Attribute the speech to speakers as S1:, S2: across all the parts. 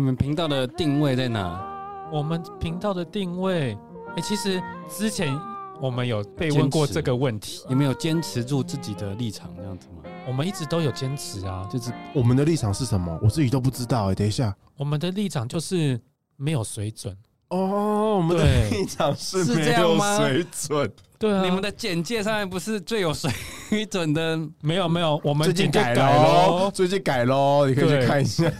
S1: 们频道的定位在哪？
S2: 我们频道的定位，哎、其实之前我们有被问过
S1: 坚持
S2: 这个问题，
S1: 你们有坚持住自己的立场这样子吗？
S2: 我们一直都有坚持啊。
S1: 就是
S3: 我们的立场是什么？我自己都不知道哎、等一下，
S2: 我们的立场就是没有水准，
S3: 哦，我们的
S2: 对
S3: 立场是
S1: 是这
S3: 没
S1: 样
S3: 有
S1: 吗
S3: 水准，
S2: 对啊，
S1: 你们的简介上面不是最有水准 的？
S2: 没有没有，我们
S3: 最近
S2: 就
S3: 改
S1: 哦
S2: 咯
S3: 喽，最近改喽，你可以去
S2: 对
S3: 看一下。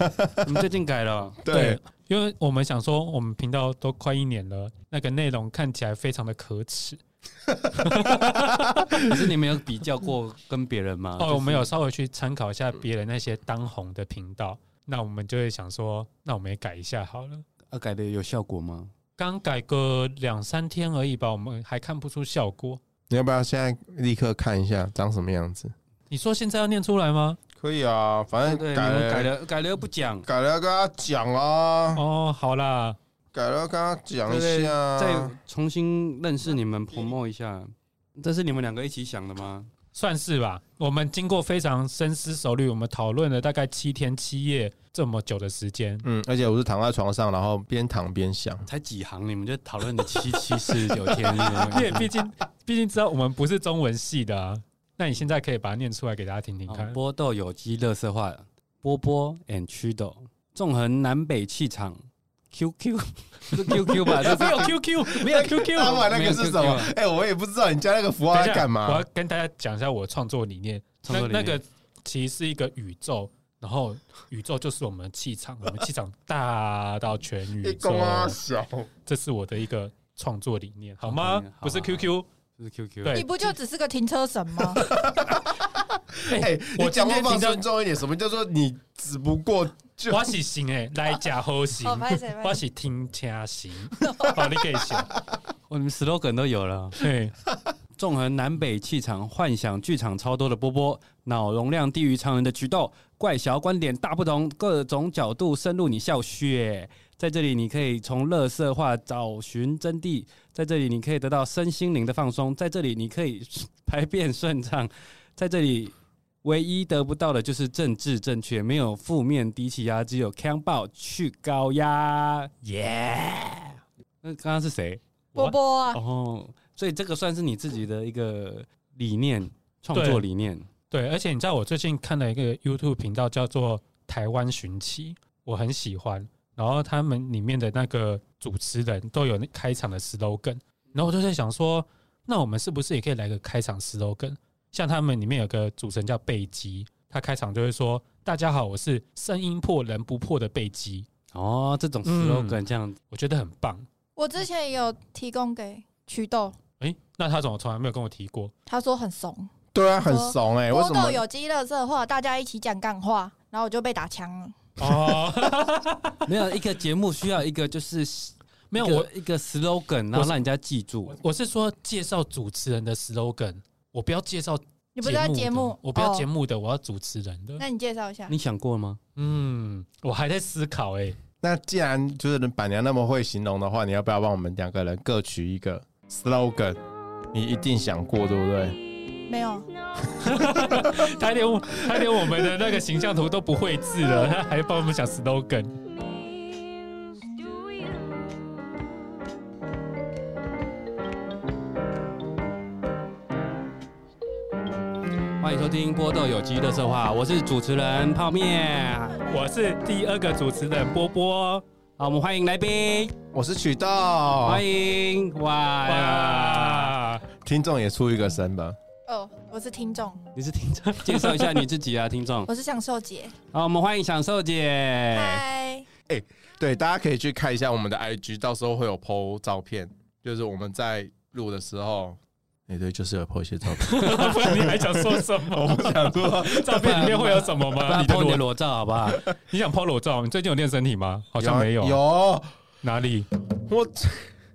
S1: 你们最近改了，
S3: 对，，
S2: 因为我们想说，我们频道都快一年了，那个内容看起来非常的可耻。
S1: 可是你们有比较过跟别人吗？
S2: 哦，我们
S1: 有。
S2: 有稍微去参考一下别人那些当红的频道，那我们就会想说，那我们也改一下好了。
S1: 啊，改的有效果吗？
S2: 刚改个两三天而已吧，我们还看不出效果。
S3: 你要不要现在立刻看一下长什么样子？
S2: 你说现在要念出来吗？
S3: 可以啊，反
S1: 对，
S3: 正
S1: 你
S3: 改
S1: 们
S3: 了
S1: 改了，改了又不讲，
S3: 改了要跟他讲啊，
S2: 哦，好啦，
S3: 改了要跟他讲
S1: 对
S3: 一
S1: 不对
S3: 下啊。
S1: 再重新认识你们，promo 一下。这是你们两个一起想的吗？
S2: 算是吧。我们经过非常深思熟虑，我们讨论了大概七天七夜这么久的时间。
S3: 嗯，而且我是躺在床上，然后边躺边想。
S1: 才几行，你们就讨论的七七四十九 天，
S2: 因为毕竟毕竟知道我们不是中文系的啊。那你现在可以把它念出来给大家听听
S1: 好
S2: 看。
S1: 哦波豆有机乐色化，波波 and 祛豆，纵横南北气场。QQ 是 QQ 吧？这
S2: 哎没
S1: 是
S2: 有 QQ，没有 QQ。
S3: 他玩那
S1: 没
S3: 个
S1: 有
S3: 是
S1: QQ
S3: 什么？哎、我也不知道你加那个符号
S2: 等一
S3: 在
S2: 下
S3: 干
S2: 我
S3: 嘛
S2: 要。跟大家讲一下我的创作理念。
S1: 创作理
S2: 那
S1: 念
S2: 那个其实是一个宇宙，然后宇宙就是我们的气场，我们气场大到全 宇宙。
S3: 啊小，
S2: 这是我的一个创作理念，好吗
S1: 好啊？
S2: 不是
S1: 好啊
S2: QQ，
S1: 是 QQ。
S2: 对
S4: 你不就只是个停车神吗？
S3: 哎、
S2: 我
S3: 你讲
S2: 今
S3: 话
S2: 天
S3: 放
S2: 听到
S3: 尊重一点，什么叫做你只不过就
S2: 我是行哎，来假后行
S4: 哦，拍谁，
S2: 我
S4: 拍谁？
S2: 是听家行，好，你可以写。
S1: 哦，你们 slogan 都有了。
S2: 对，
S1: 纵横南北气场，幻想剧场超多的波波，脑容量低于常人的祛豆，怪小观点大不同，各种角度深入你笑穴。在这里，你可以从乐色化找寻真谛，在这里你可以得到身心灵的放松，在这里你可以排便顺畅，在这里唯一得不到的就是政治正确，没有负面低气压，只有强暴去高压，耶、那刚刚是谁？
S4: 波 波啊，
S1: 哦，所以这个算是你自己的一个理念，创作理念。
S2: 对，而且你知道我最近看了一个 YouTube 频道叫做台湾寻奇，我很喜欢。然后他们里面的那个主持人都有那开场的 slogan，然后我就在想说，那我们是不是也可以来个开场 slogan？像他们里面有个主持人叫贝基，他开场就会说：“大家好，我是声音破人不破的贝基。
S1: 哦，这种
S2: 嗯
S1: slogan 这样，”
S2: 我觉得很棒。
S4: 我之前也有提供给祛豆，
S2: 诶，那他怎么从来没有跟我提过？
S4: 他说很怂。
S3: 对啊，很怂哎、为
S4: 波
S3: 什
S4: 豆
S3: 么？
S4: 有机乐色话，大家一起讲干话，然后我就被打枪了。
S2: 哦，
S1: 没有一个节目需要一个就是
S2: 没 有
S1: 一个
S2: 我，
S1: 一个 slogan，然后让人家记住。
S2: 我是说介绍主持人的 slogan，我不要介绍
S4: 你不是在节
S2: 的
S4: 目？
S2: 我不要节
S4: 目、
S2: 目的，我要主持人的。
S4: 那你介绍一下。
S1: 你想过吗？
S2: 嗯，我还在思考哎、
S3: 那既然就是板娘那么会形容的话，你要不要帮我们两个人各取一个 slogan？你一定想过对不对？
S4: 没有，
S2: 他连我他连我们的那个形象图都不绘制了，他还帮我们讲 slogan。
S1: 欢迎收听波豆有机乐色话，我是主持人泡面。
S2: 我是第二个主持人波波，
S1: 好，我们欢迎来宾，
S3: 我是曲豆，
S1: 欢迎哇！
S2: 哇，
S3: 听众也出一个声吧。
S4: 哦，我是听众，
S1: 你是听众，介绍一下你自己啊，听众。
S4: 我是享受姐。
S1: 好，我们欢迎享受姐。
S4: 嗨，
S3: 对，大家可以去看一下我们的 IG，到时候会有 PO 照片，就是我们在录的时候，哎、对，就是有 PO 一些照片。
S2: 不然你还想说什么？
S3: 想 说
S2: 照片里面会有什么
S1: 不
S2: 吗？
S1: 然
S2: 啊你的
S1: 碰你的
S2: 裸，
S1: 裸照好不好？
S2: 你想抛裸照？你最近有练身体吗？好像没有，啊
S3: 有
S2: 哪里？
S3: 我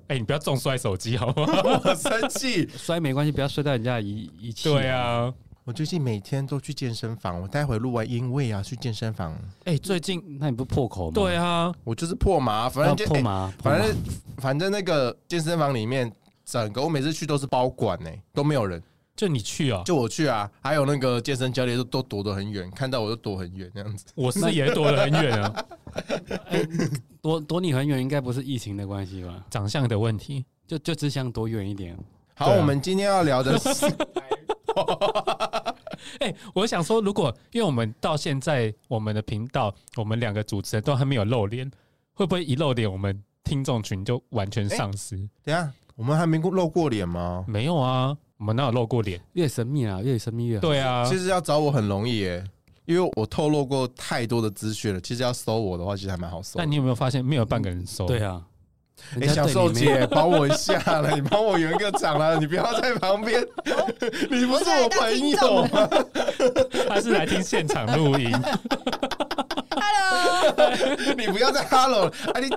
S2: 哎、你不要重摔手机好吗？
S3: 我生气。
S1: 摔没关系，不要摔到人家的仪仪器。
S2: 对啊，
S3: 我最近每天都去健身房，我待会录完音我也要去健身房。
S2: 哎、最近
S1: 那你不破口吗？
S2: 对啊，
S3: 我就是破麻，反
S1: 要
S3: 正就、
S1: 破
S3: 哎
S1: 麻，破麻
S3: 反欸正反正那个健身房里面，整个我每次去都是包管呢、都没有人。
S2: 就你去哦，
S3: 就我去啊，还有那个健身教练都都躲得很远，看到我就躲很远那样子。
S2: 我是也躲得很远啊，
S1: 躲躲你很远，应该不是疫情的关系吧？
S2: 长相的问题。
S1: 就就只想躲远一点。
S3: 好，
S2: 对啊
S3: 我们今天要聊的是，
S2: 哎、我想说，如果因为我们到现在我们的频道，我们两个主持人都还没有露脸，会不会一露脸，我们听众群就完全丧失？
S3: 等一下我们还没过露过脸吗？
S2: 没有啊，我们哪有露过脸？
S1: 越神秘啊，越神秘越好。
S2: 对啊，
S3: 其实要找我很容易耶，因为我透露过太多的资讯了。其实要搜我的话，其实还蛮好搜的。
S2: 那你有没有发现没有半个人收？
S1: 对啊，
S3: 哎、
S1: 人家
S3: 小
S1: 对
S3: 寿
S1: 你没有
S3: 姐，帮我一下了， 你帮我圆个场了，你不要在旁 边，你不是我朋友啊
S4: 啊
S3: 吗？
S2: 他是来听现场录音，
S4: Hello，
S3: 你不要再 hello 了啊！你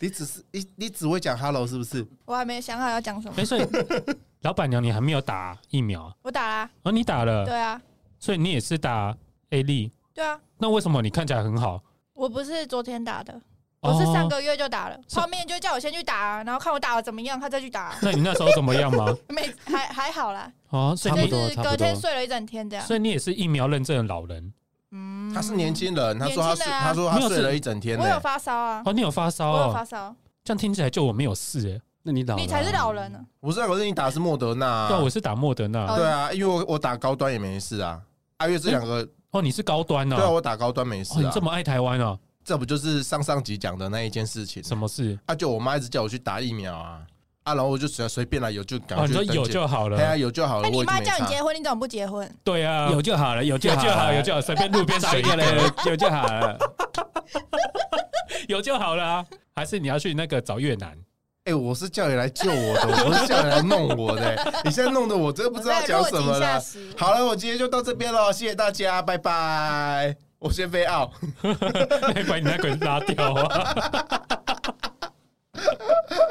S3: 你只是你你只会讲 hello 是不是？
S4: 我还没想好要讲什么。
S2: 没事。老板娘，你还没有打疫苗啊
S4: 我打啦，
S2: 哦？你打了，
S4: 对啊，
S2: 所以你也是打 A 粒。
S4: 对啊，
S2: 那为什么你看起来很好？
S4: 我不是昨天打的，我是上
S2: 哦。
S4: 个月就打了。泡面就叫我先去打啊，然后看我打的怎么样，他再去打啊。
S2: 那你那时候怎么样吗？
S4: 没还还好啦，
S2: 哦，所
S1: 差
S2: 以
S1: 不
S4: 就
S2: 你
S1: 多
S4: 是
S1: 差不多
S4: 隔天睡了一整天这样。
S2: 所以你也是疫苗认证的老人
S4: 嗯，
S3: 他是年轻人，他说他
S4: 年
S3: 睡，
S4: 轻人啊
S3: 他说他
S2: 没有
S3: 睡
S2: 是
S3: 了一整天呢、
S4: 我有发烧啊，
S2: 哦。你有发烧
S4: 我有
S2: 哦
S4: 发？烧，
S2: 这样听起来就我没有事哎、
S1: 那你老了啊
S4: 你才是老人呢。
S3: 不是啊，可是你打的是莫德纳、啊，
S2: 对啊，我是打莫德纳。
S4: 哦
S3: 对啊，因为我我打高端也没事啊。阿月这两个，
S2: 哦，你是高端哦。
S3: 对啊，我打高端没
S2: 哦，
S3: 事
S2: 你
S3: 啊
S2: 这。么爱台湾哦？
S3: 这不就是上上集讲的那一件事情？
S2: 什么事？
S3: 啊，就我妈一直叫我去打疫苗啊，啊，然后我就随随便来有就赶
S2: 哦，
S3: 快
S2: 你
S3: 去
S2: 说
S3: 登记。
S2: 有就好
S3: 哎呀，
S2: 了。
S3: 有就好了。
S4: 那你
S3: 我已经
S4: 妈
S3: 没
S4: 叫你
S3: 差
S4: 结婚，你怎么不结婚？
S2: 对啊，
S1: 有就好了，有
S2: 有就好
S1: 了，
S2: 了，有就好了，随便路边
S1: 找
S2: 找
S1: 一
S2: 一
S1: 个
S2: 个
S1: 嘞
S2: 嘞，，
S1: 有就好了。
S2: 有就好了啊。还是你要去那个找越南？
S3: 哎、我是叫你来救我的，我不是叫你来弄我的、你现在弄得我真的不知道讲什么
S4: 我在落井下
S3: 了。
S4: 石
S3: 好了，我今天就到这边了，谢谢大家，拜拜。我先飞奥，
S2: 把你那鬼拉掉啊！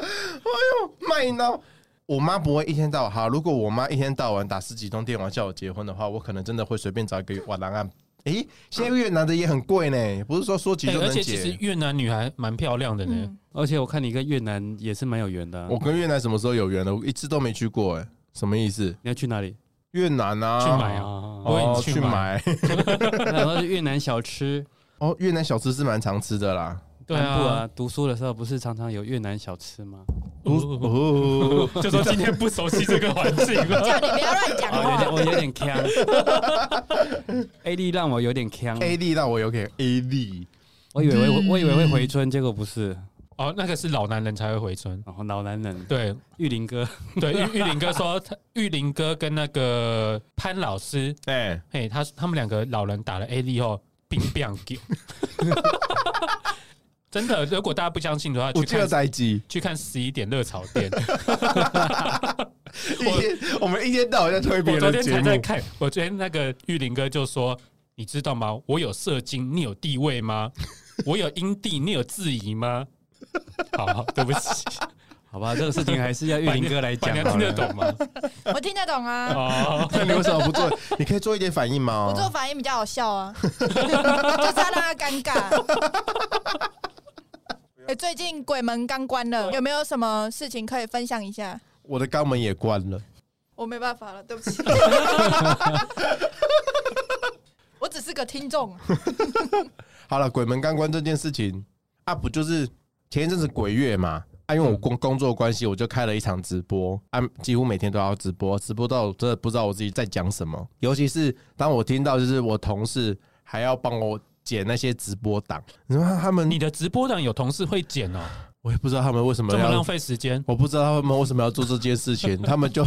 S3: 卖呢？我妈不会一天到晚好。如果我妈一天到晚打十几通电话叫我结婚的话，我可能真的会随便找一个瓦郎案。哎、现在越南的也很贵呢，不是说说结就
S2: 哎而
S3: 能
S2: 且其实
S3: 结。
S2: 越南女孩蛮漂亮的呢
S4: 嗯。
S1: 而且我看你跟越南也是蛮有缘的啊、
S3: 我跟越南什么时候有缘了？我一次都没去过，哎，什么意思？
S1: 你要去哪里？
S3: 越南啊，
S2: 去买哎呀
S1: 哦
S2: 我以为
S3: 哦，
S2: 你
S3: 去
S2: 去
S3: 买
S2: 买
S1: 然后越南小吃，
S3: 哦，越南小吃是蛮常吃的啦。
S2: 对
S1: 南部
S2: 啊
S1: 啊，，读书的时候不是常常有越南小吃吗？
S2: 哦
S3: 哦，
S2: 就说今天不熟悉这个环境了。
S4: 叫你不要乱讲
S1: 啊，
S3: 哦
S1: 有
S4: 话。
S1: 点我有点呛 ，A D 让我有点呛，
S2: 嗯
S3: A 力让我有给 A 力，
S1: 我以为我我以为会回春，结果不是，
S2: 哦，那个是老男人才会回村。
S1: 然后老男人
S2: 对
S1: 玉林哥，
S2: 对，玉玉林哥说，他玉林哥跟那个潘老师，
S3: 哎，
S2: 嘿，他他们两个老人打了 A 力后，冰冰给。 真的，如果大家不相信的话，去
S3: 我记得
S2: 看
S3: 在记，
S2: 去看十一点热炒店。
S3: 一天我们一天到晚在推别
S2: 我昨天
S3: 人的节
S2: 才
S3: 目
S2: 在，看，我昨天那个玉林哥就说：“你知道吗？我有社经，你有地位吗？我有阴地，你有质疑吗？” 好好，对不起，
S1: 好吧，这个事情还是要玉林哥来
S2: 板
S1: 讲
S2: 娘
S1: 好
S2: 听得
S1: 了。
S2: 懂吗？
S4: 我听得懂啊，
S2: 哦，
S3: 那你为什么不做？ 你可以做一点反应
S4: 我
S3: 吗？
S4: 做反应比较好笑 啊，就是要让他尴尬。 哎、最近鬼门刚关了，有没有什么事情可以分享一下？
S3: 我的肛门也关了，
S4: 我没办法了，对不 起。 我只是个听众，
S3: 好了，鬼门刚关这件事情啊，不就是前一阵子鬼月嘛？啊，因为我
S2: 嗯
S3: 工工作关系，我就开了一场直播，啊，几乎每天都要直播，直播到我真的不知道我自己在讲什么。尤其是当我听到就是我同事还要帮我剪那些直播档，你说他们
S2: 你的直播档有同事会剪哦，
S3: 我也不知道他们为什么
S2: 这么
S3: 要
S2: 浪，费时间。
S3: 我不知道他们为什么要做这件事 情，他们就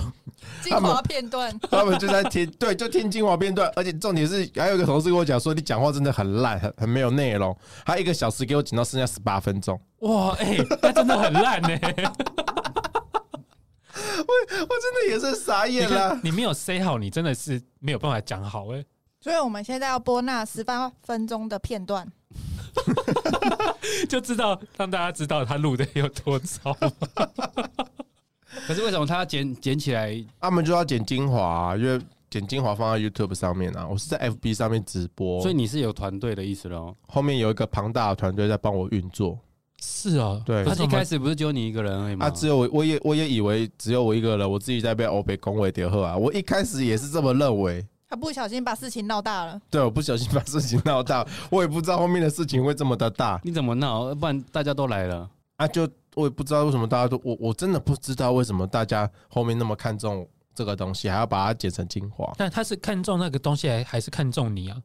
S4: 精华片段。
S3: 他们就在听，对，就听精华片段，而且重点是还有一个同事跟我讲说，你讲话真的很烂，很很没有内容，他一个小时给我剪到剩下十八分钟，
S2: 哇，哎、那真的很烂 呢、
S3: 我真的也是傻
S2: 你
S3: 眼啊
S2: 看
S3: 了，。
S2: 你没有 say 好，你真的是没有办法讲好哎、
S4: 所以我们现在要播那十八分钟的片段。
S2: 就知道让大家知道他录的有多 糟。
S1: 可是为什么他捡捡起来？
S3: 他们就要剪精华、啊因为剪精华放在 YouTube 上面啊，我是在 FB 上面直播，
S1: 所以你是有团队的意思喽？
S3: 后面有一个庞大的团队在帮我运作。
S2: 是哦，
S3: 啊对
S2: 可
S1: 他
S2: 是我
S1: 一
S2: 们
S1: 开始不是只有你一个人而已吗？
S3: 啊，只有我，我也我也以为只有我一个人，我自己在被欧北恭维屌后啊，我一开始也是这么认为。
S4: 他不小心把事情闹大了，
S3: 对，我不小心把事情闹大，我也不知道后面的事情会这么的大
S1: 你怎么闹？不然大家都来了，
S3: 啊！就我也不知道为什么大家都我我真的不知道为什么大家后面那么看重这个东西，还要把它剪成精华。
S2: 但他是看中那个东西，还还是看中你啊？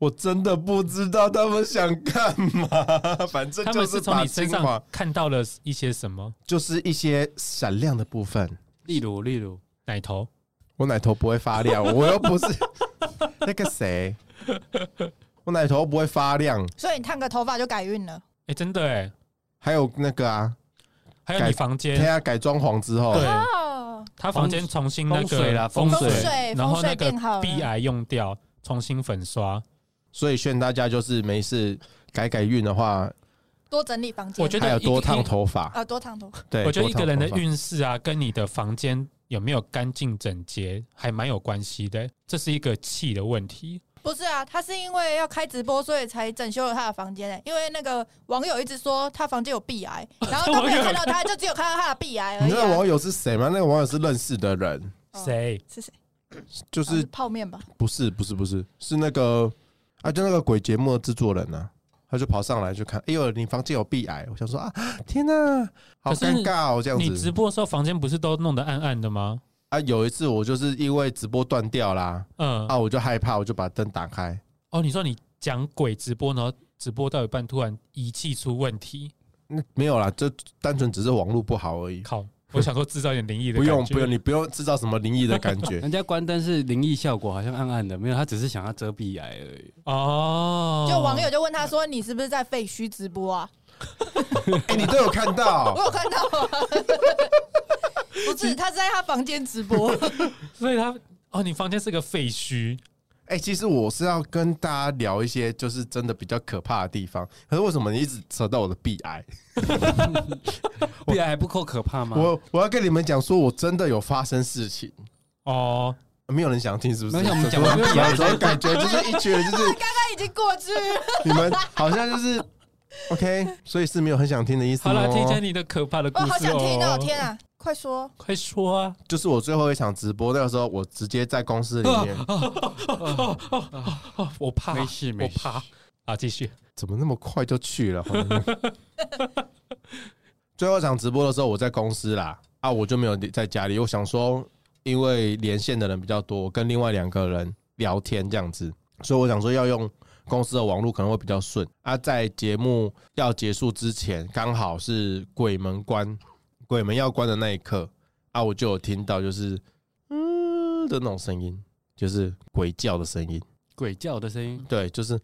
S3: 我真的不知道他们想干嘛， 反正
S2: 他
S3: 就
S2: 们是从
S3: 把
S2: 你身
S3: 精华
S2: 上，看到了一些什么？
S3: 就是一些闪亮的部分。
S1: 例如例如，
S2: 奶头，
S3: 我奶头不会发亮，我又不是 那个 谁，我奶头不会发亮。
S4: 所以你烫个头发就改运了。
S2: 哎、真的哎，
S3: 还有那个啊，
S2: 还有
S3: 改
S2: 你房
S3: 等
S2: 间，
S3: 下改装潢之后，
S2: 对
S4: 哦，
S2: 他房间重新那
S1: 风
S2: 个
S1: 水啦
S2: 风
S1: 风
S4: 风
S1: 水
S4: 水
S2: 然
S4: 风
S2: 后那
S4: 水
S2: 个
S4: 变好
S2: 壁
S4: 了，
S2: 癌用掉，重新粉刷。
S3: 所以劝大家就是没事改改运的话，
S4: 多整理房间。
S2: 我觉得
S3: 还有
S2: 一
S3: 多烫
S2: 一
S3: 头发。
S4: 啊，多烫头，
S3: 对，
S2: 我觉得
S3: 多
S2: 一
S3: 烫
S2: 个人的
S3: 头发
S2: 运势啊，跟你的房间有没有干净整洁，还蛮有关系的。这是一个气的问题。
S4: 不是啊，他是因为要开直播，所以才整修了他的房间诶、欸因为那个网友一直说他房间有壁 癌，然后都没有看到他，就只有看到他的壁癌而
S3: 你
S4: 已
S3: 知道
S4: 啊、
S3: 网友是谁吗？那个网友是认识的人，
S4: 哦
S2: 谁？
S4: 是谁？啊
S3: 就
S4: 就是泡面吧。
S3: 不是不是不是是那个啊，就那个鬼节目的制作人啊，他就跑上来就看，哎呦，你房间有壁癌，我想说啊，天哪、好
S2: 可是
S3: 尴尬哦，这样
S2: 你
S3: 子
S2: 直播的时候房间不是都弄得暗暗的吗？
S3: 啊。有一次我就是因为直播断掉啦，
S2: 嗯，
S3: 啊，我就害怕，我就把灯打开，
S2: 哦，你说你讲鬼直播，然后直播到一半突然仪器出问题，
S3: 那没有啦，就单纯只是网络不好而已。
S2: 靠！我想说制造一点灵异的，
S3: 不用不用，，你不用制造什么灵异的感觉。
S1: 人家关灯是灵异效果，好像暗暗的，没有，他只是想要遮蔽癌而已。
S2: 哦，
S4: 就网友就问他说：“你是不是在废墟直播啊
S3: 哎、你都有看？”
S4: 我
S2: 哦
S3: 到，
S4: 有看到啊， 不是，他是在他房间直播。
S2: 所以他哦，你房间是个废墟，
S3: 哎、其实我是要跟大家聊一些就是真的比较可怕的地方。可是为什么你一直扯到我的鼻癌？我
S1: 壁癌还不够可怕吗？
S3: 我我要跟你们讲，说我真的有发生事情，
S2: 哦，
S3: 没有人想听，是不是？
S1: 没有我们讲
S3: 我
S1: 完
S3: 们
S1: 鼻癌
S3: 有时候感觉就是一群人，就是
S4: 他已经过去了，
S3: 你们好像就是 OK，所以是没有很想听的意思
S2: 好了，听
S3: 哦
S2: 见。你的可怕的故
S4: 我
S2: 事
S4: 好想听
S2: 哦
S4: 哦！，天啊，快说！
S2: 快说啊！
S3: 就是我最后一场直播，那个时候我直接在公司里 面，
S2: 哦，我怕，
S1: 没事没
S2: 我
S1: 事，
S2: 怕啊！继续，
S3: 怎么那么快就去了？ 最后一场直播的时候，我在公司啦，啊，我就没有在家里。我想说，因为连线的人比较多，我跟另外两个人聊天这样子，所以我想说要用公司的网络可能会比较顺。啊，在节目要结束之前，刚好是鬼门关，鬼门要关的那一刻，啊，我就有听到就是嗯的那种声音，就是鬼叫的声音，
S1: 鬼叫的声音。
S3: 对，就是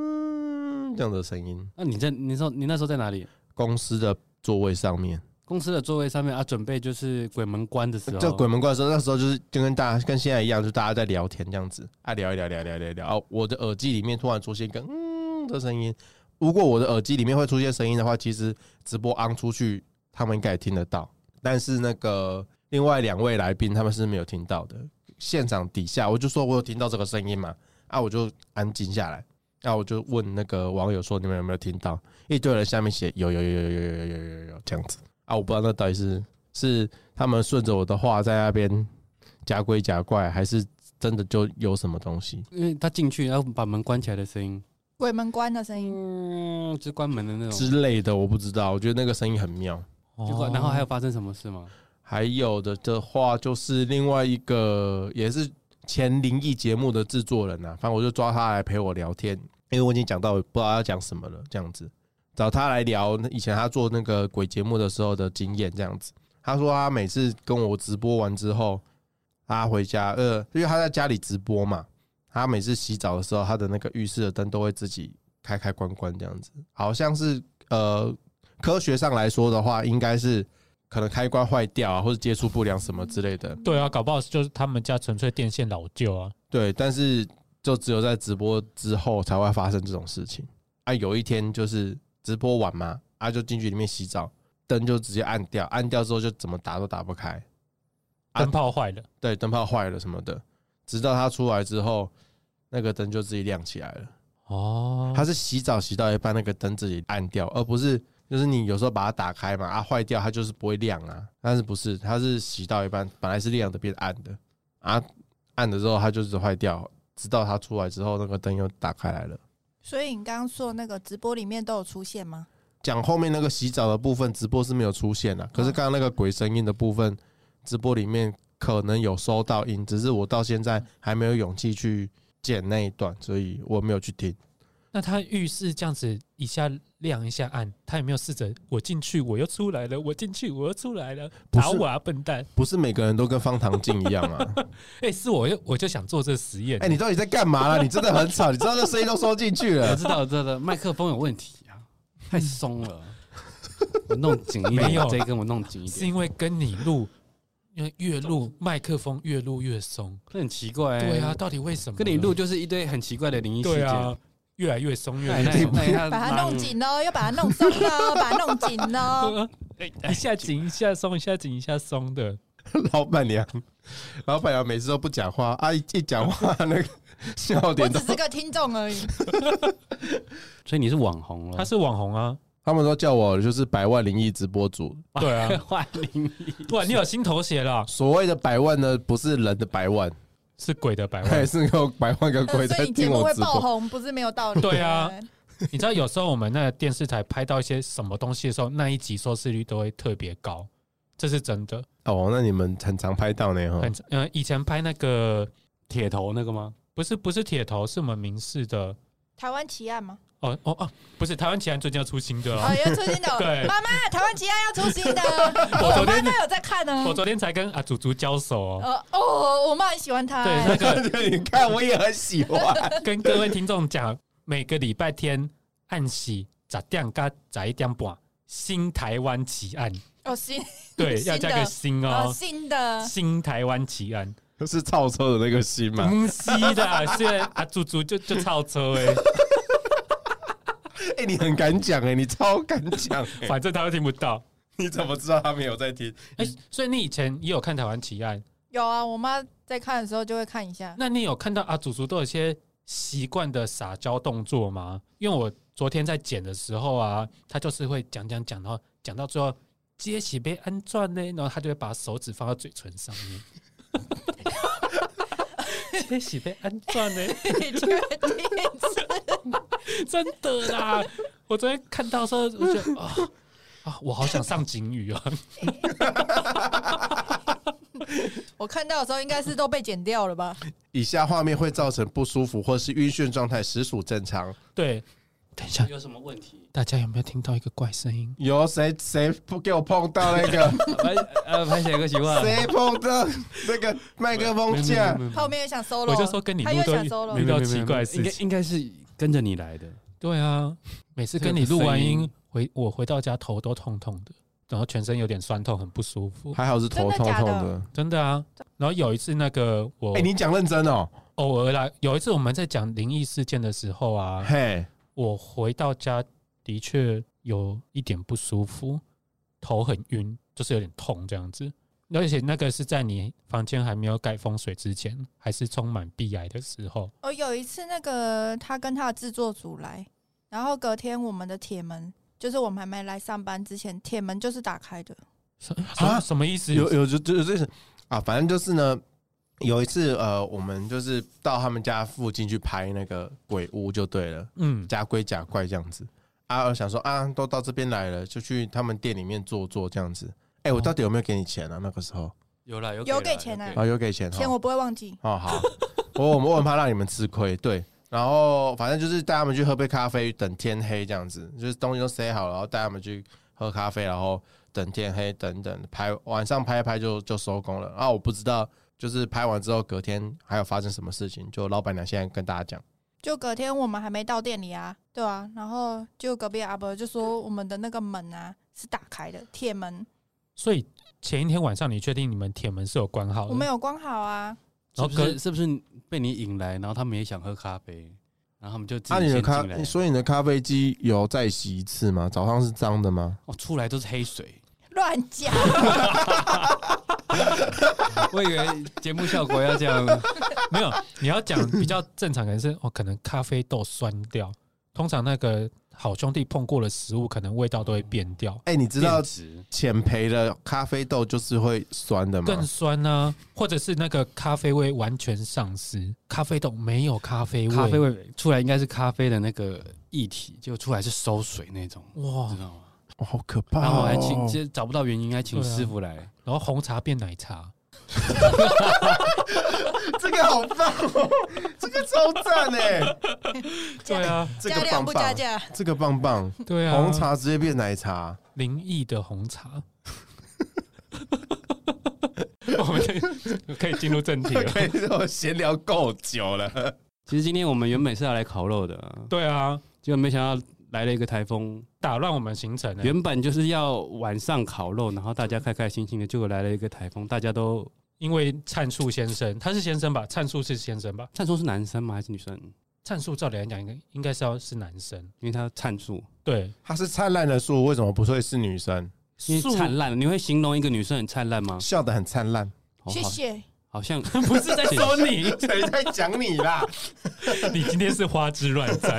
S3: 嗯这样的声音。
S1: 那、你在你说你那时候在哪里？
S3: 公司的座位上面，
S1: 公司的座位上面啊，准备就是鬼门关的时候。
S3: 就鬼门关的时候，那时候就是就跟大家跟现在一样，就大家在聊天这样子，啊聊一聊聊一聊聊一聊。哦，我的耳机里面突然出现一个嗯的声音，如果我的耳机里面会出现声音的话，其实直播昂出去，他们应该也听得到。但是那个另外两位来宾他们是没有听到的，现场底下我就说我有听到这个声音嘛，啊我就安静下来，啊我就问那个网友说你们有没有听到？一堆人下面写有有有有有有有有有有有这样子啊，我不知道那到底是是他们顺着我的话在那边假鬼假怪，还是真的就有什么东西？
S1: 因为他进去，然后把门关起来的声音，
S4: 鬼门关的声音，
S1: 嗯，就关门的那种。
S3: 之类的，我不知道。我觉得那个声音很妙。
S1: 就关然后还有发生什么事吗？
S3: 还有的的话，就是另外一个也是前灵异节目的制作人呐、啊，反正我就抓他来陪我聊天，因为我已经讲到不知道要讲什么了，这样子找他来聊以前他做那个鬼节目的时候的经验，这样子。他说他每次跟我直播完之后，他回家，呃，因为他在家里直播嘛，他每次洗澡的时候，他的那个浴室的灯都会自己开开关关这样子，好像是呃，科学上来说的话，应该是可能开关坏掉啊，或者接触不良什么之类的。
S2: 对啊，搞不好就是他们家纯粹电线老旧啊。
S3: 对，但是就只有在直播之后才会发生这种事情啊。有一天就是直播完嘛，啊就进去里面洗澡，灯就直接按掉，按掉之后就怎么打都打不开，啊
S2: 灯泡坏了，
S3: 对，灯泡坏了什么的。直到他出来之后，那个灯就自己亮起来了。
S2: 哦，
S3: 他是洗澡洗到一半，那个灯自己按掉，而不是就是你有时候把它打开嘛，啊坏掉它就是不会亮啊，但是不是它是洗到一半本来是亮的变暗的，啊暗的之后它就是坏掉，直到它出来之后那个灯又打开来了。
S4: 所以你刚刚说那个直播里面都有出现吗？
S3: 讲后面那个洗澡的部分直播是没有出现啊的，可是刚刚那个鬼声音的部分直播里面可能有收到音，只是我到现在还没有勇气去剪那一段，所以我没有去听。
S2: 那他浴室这样子一下亮一下暗，他有没有试着我进去我又出来了，我进去我又出来了，
S3: 不是
S2: 打我啊笨蛋！
S3: 不是每个人都跟方唐镜一样啊！
S2: 哎、是我又我就想做这实验。
S3: 哎、你到底在干嘛啦？你真的很吵，你知道这声音都收进去
S2: 啊
S1: 我
S3: 了。
S1: 知道，我知道，麦克风有问题啊，太松了。我弄紧一点，
S2: 没有
S1: 这一根我弄紧一
S2: 是
S1: 点，
S2: 因为跟你录，因为越录麦克风越录越松。
S1: 这很奇怪、欸。
S2: 对啊，，到底为什么？
S1: 跟你录就是一堆很奇怪的灵异事
S2: 对
S1: 件。
S2: 啊，越来 越松，越
S1: 那
S2: 来
S1: 你，
S2: 越
S1: 那你
S2: 松。
S1: 那你
S4: 把它弄紧喽，要把它弄 松喽，把它弄紧哦喽。
S2: 哎一下紧一下松，一下紧一下松的。
S3: 老板娘，老板娘每次都不讲话啊，一一讲话那个笑
S4: 我
S3: 点都
S4: 只，是个听众而已。
S1: 所以你是网红了，
S2: 他是网红啊，
S3: 他们都叫我就是百万灵异直播主。
S2: 对啊。
S1: 坏灵异。
S2: 哇，你有新头衔了，
S3: 所谓的百万呢，不是人的百万，
S2: 哎是鬼的百
S3: 还
S2: 万。
S3: 是有百万个鬼
S4: 所
S3: 在
S4: 以你节
S3: 听
S4: 目
S3: 我
S4: 会
S3: 直
S4: 爆
S3: 播。
S4: 红，不是没有道理。
S2: 对啊，你知道有时候我们那个电视台拍到一些什么东西的时候，那一集收视率都会特别高，这是真的。
S3: 哦，那你们很常拍到呢哈。
S2: 很呃，以前拍那个
S1: 铁头那个吗？
S2: 不是不是铁头，是我们民视的。
S4: 台湾奇案吗？
S2: 哦哦哦，不是台湾奇案最近要出新的
S4: 哦，
S2: 哦。
S4: 要出新的哦。
S2: 对，
S4: 妈妈，台湾奇案要出新的， 我
S2: 昨天
S4: 妈妈有在看呢。
S2: 我昨天才跟啊祖祖交手哦。
S4: 呃哦，我妈很喜欢他。
S2: 对，那个
S3: 你看，我也很喜 欢。
S2: 跟各位听众讲，每个礼拜天按时十点加十一点半，新台湾奇案，
S4: 哦新
S2: 对，
S4: 新的
S2: 要加个新
S4: 哦
S2: 哦，
S4: 新的
S2: 新台湾奇案，
S3: 是超车的那个心 嘛？
S2: 嗯，是的，虽然啊祖祖就就超车哎、
S3: 哎、你很敢讲哎、你超敢讲、 欸，
S2: 反正他都听不到。
S3: 你怎么知道他没有在听？
S2: 哎、所以你以前也有看台湾奇案，
S4: 有啊，我妈在看的时候就会看 一下。
S2: 那你有看到啊祖祖都有一些习惯的撒娇动作吗？因为我昨天在剪的时候啊，他就是会讲讲讲，然后讲到最后。接喜被安转呢，然后他就会把手指放到嘴唇上面。接喜被安转呢，
S4: 你确定
S2: 真的啦！我昨天看到的时候，我觉得啊啊，我好想上警语啊！
S4: 我看到的时候应该是都被剪掉了吧？
S3: 以下画面会造成不舒服或是晕眩状态，实属正常。
S2: 对，等一下，
S1: 有什么问题？
S2: 大家有没有听到一个怪声音？
S3: 有谁谁不给我碰到那 个？
S1: 拍呃拍写个习惯，
S3: 谁碰到那个麦克风架？
S4: 后面又想 solo，
S2: 我就说跟你
S4: 他
S2: 录
S4: 又
S2: 都
S4: 想 solo
S2: 遇。到奇怪的
S1: 应
S2: 事
S1: 该
S2: 情。
S1: 应该是跟着你来的。
S2: 对啊，每次跟你录完音回我回到家头都痛痛的，然后全身有点酸痛，很不舒服。
S3: 还好是头痛痛的。
S2: 真的啊。然后有一次那个我
S3: 哎、你讲认真哦、
S2: 偶尔啦，有一次我们在讲灵异事件的时候啊，
S3: 嘿，
S2: 我回到家的确有一点不舒服，头很晕，就是有点痛这样子。而且那个是在你房间还没有盖风水之前，还是充满壁癌的时候。
S4: 哦，有一次那个他跟他的制作组来，然后隔天我们的铁门，就是我们还没来上班之前，铁门就是打开的。
S2: 什
S3: 啊
S2: 什什么意思？
S3: 有有就就就是啊，反正就是呢，有一次呃，我们就是到他们家附近去拍那个鬼屋就对了。
S2: 嗯，
S3: 假鬼假怪这样子。啊，我想说啊，都到这边来了，就去他们店里面坐坐这样子。哎、我到底有没有给你钱啊？那个时候
S1: 有啦，有
S4: 有给钱啊
S1: 啊
S3: 啊，有给钱
S4: 钱
S3: 哦。
S4: 我不会忘记，
S3: 哦，好，我我很怕让你们吃亏，对。然后反正就是带他们去喝杯咖啡，等天黑这样子，就是东西都塞好，然后带他们去喝咖啡，然后等天黑，等等拍晚上拍一拍就就收工了。啊，我不知道，就是拍完之后隔天还有发生什么事情，就老板娘现在跟大家讲。
S4: 就隔天我们还没到店里啊，对啊，然后就隔壁阿伯就说我们的那个门啊是打开的，铁门
S2: 所以前一天晚上你确定你们铁门是有关好的？
S4: 我没有关好啊，
S1: 是
S2: 然
S1: 不
S2: 后
S1: 是
S2: 跟
S1: 是不是被你引来，然后他们也想喝咖啡，然后他们就自
S3: 啊，
S1: 己
S3: 你的
S1: 先
S3: 咖
S1: 进来，，
S3: 所以你的咖啡机有再洗一次吗？早上是脏的吗？
S1: 哦，出来都是黑 水，
S4: 乱讲。
S1: 我以为节目效果 要这样，
S2: 没有，你要讲比较正常，可能是哦，可能咖啡豆酸掉，通常那个好兄弟碰过的食物，可能味道都会变掉，
S3: 哎、你知道
S1: 变质
S3: 浅焙的咖啡豆就是会酸的吗？
S2: 更酸呢、或者是那个咖啡味完全丧失，咖啡豆没有咖啡味，
S1: 咖啡味出来应该是咖啡的那个液体，就出来是馊水那种，
S2: 哇
S1: 知，道吗？
S3: 哦好可怕、哦！
S1: 然后啊我还请，其实找不到原因，还请
S2: 啊
S1: 师傅来。
S2: 然后红茶变奶茶，
S3: 这个好棒哦，这个超赞哎，
S2: 对啊，
S3: 这
S4: 加
S3: 个
S4: 量
S3: 棒
S4: 不加
S3: 棒，
S4: 价，
S2: 哦
S3: 这个棒棒，
S2: 对啊，
S3: 红茶直接变奶 茶，
S2: 灵异的红茶。 我们可以进入正题了。
S3: 可以说闲聊够久了。
S1: 其实今天我们原本是要来烤肉的啊，
S2: 对啊，
S1: 结果没想到来了一个台风。
S2: 打乱我们行程了。欸
S1: 原本就是要晚上烤肉，然后大家开开心心的，结果来了一个台风，大家都
S2: 因为灿树先生，他是先生吧？灿树是先生吧？
S1: 灿叔是男生吗？还是女生？
S2: 灿树照理来讲，应该应该是要是男生。
S1: 因为他灿树，
S2: 对，
S3: 它是灿烂的树，为什么不会是女生？
S1: 因为
S2: 树
S1: 灿烂，你会形容一个女生很灿烂吗？
S3: 笑得很灿烂，
S1: 好
S4: 谢
S1: 好
S4: 谢。
S1: 好像
S2: 不是在说你，
S3: 谁在讲你啦？
S2: 你今天是花枝乱颤，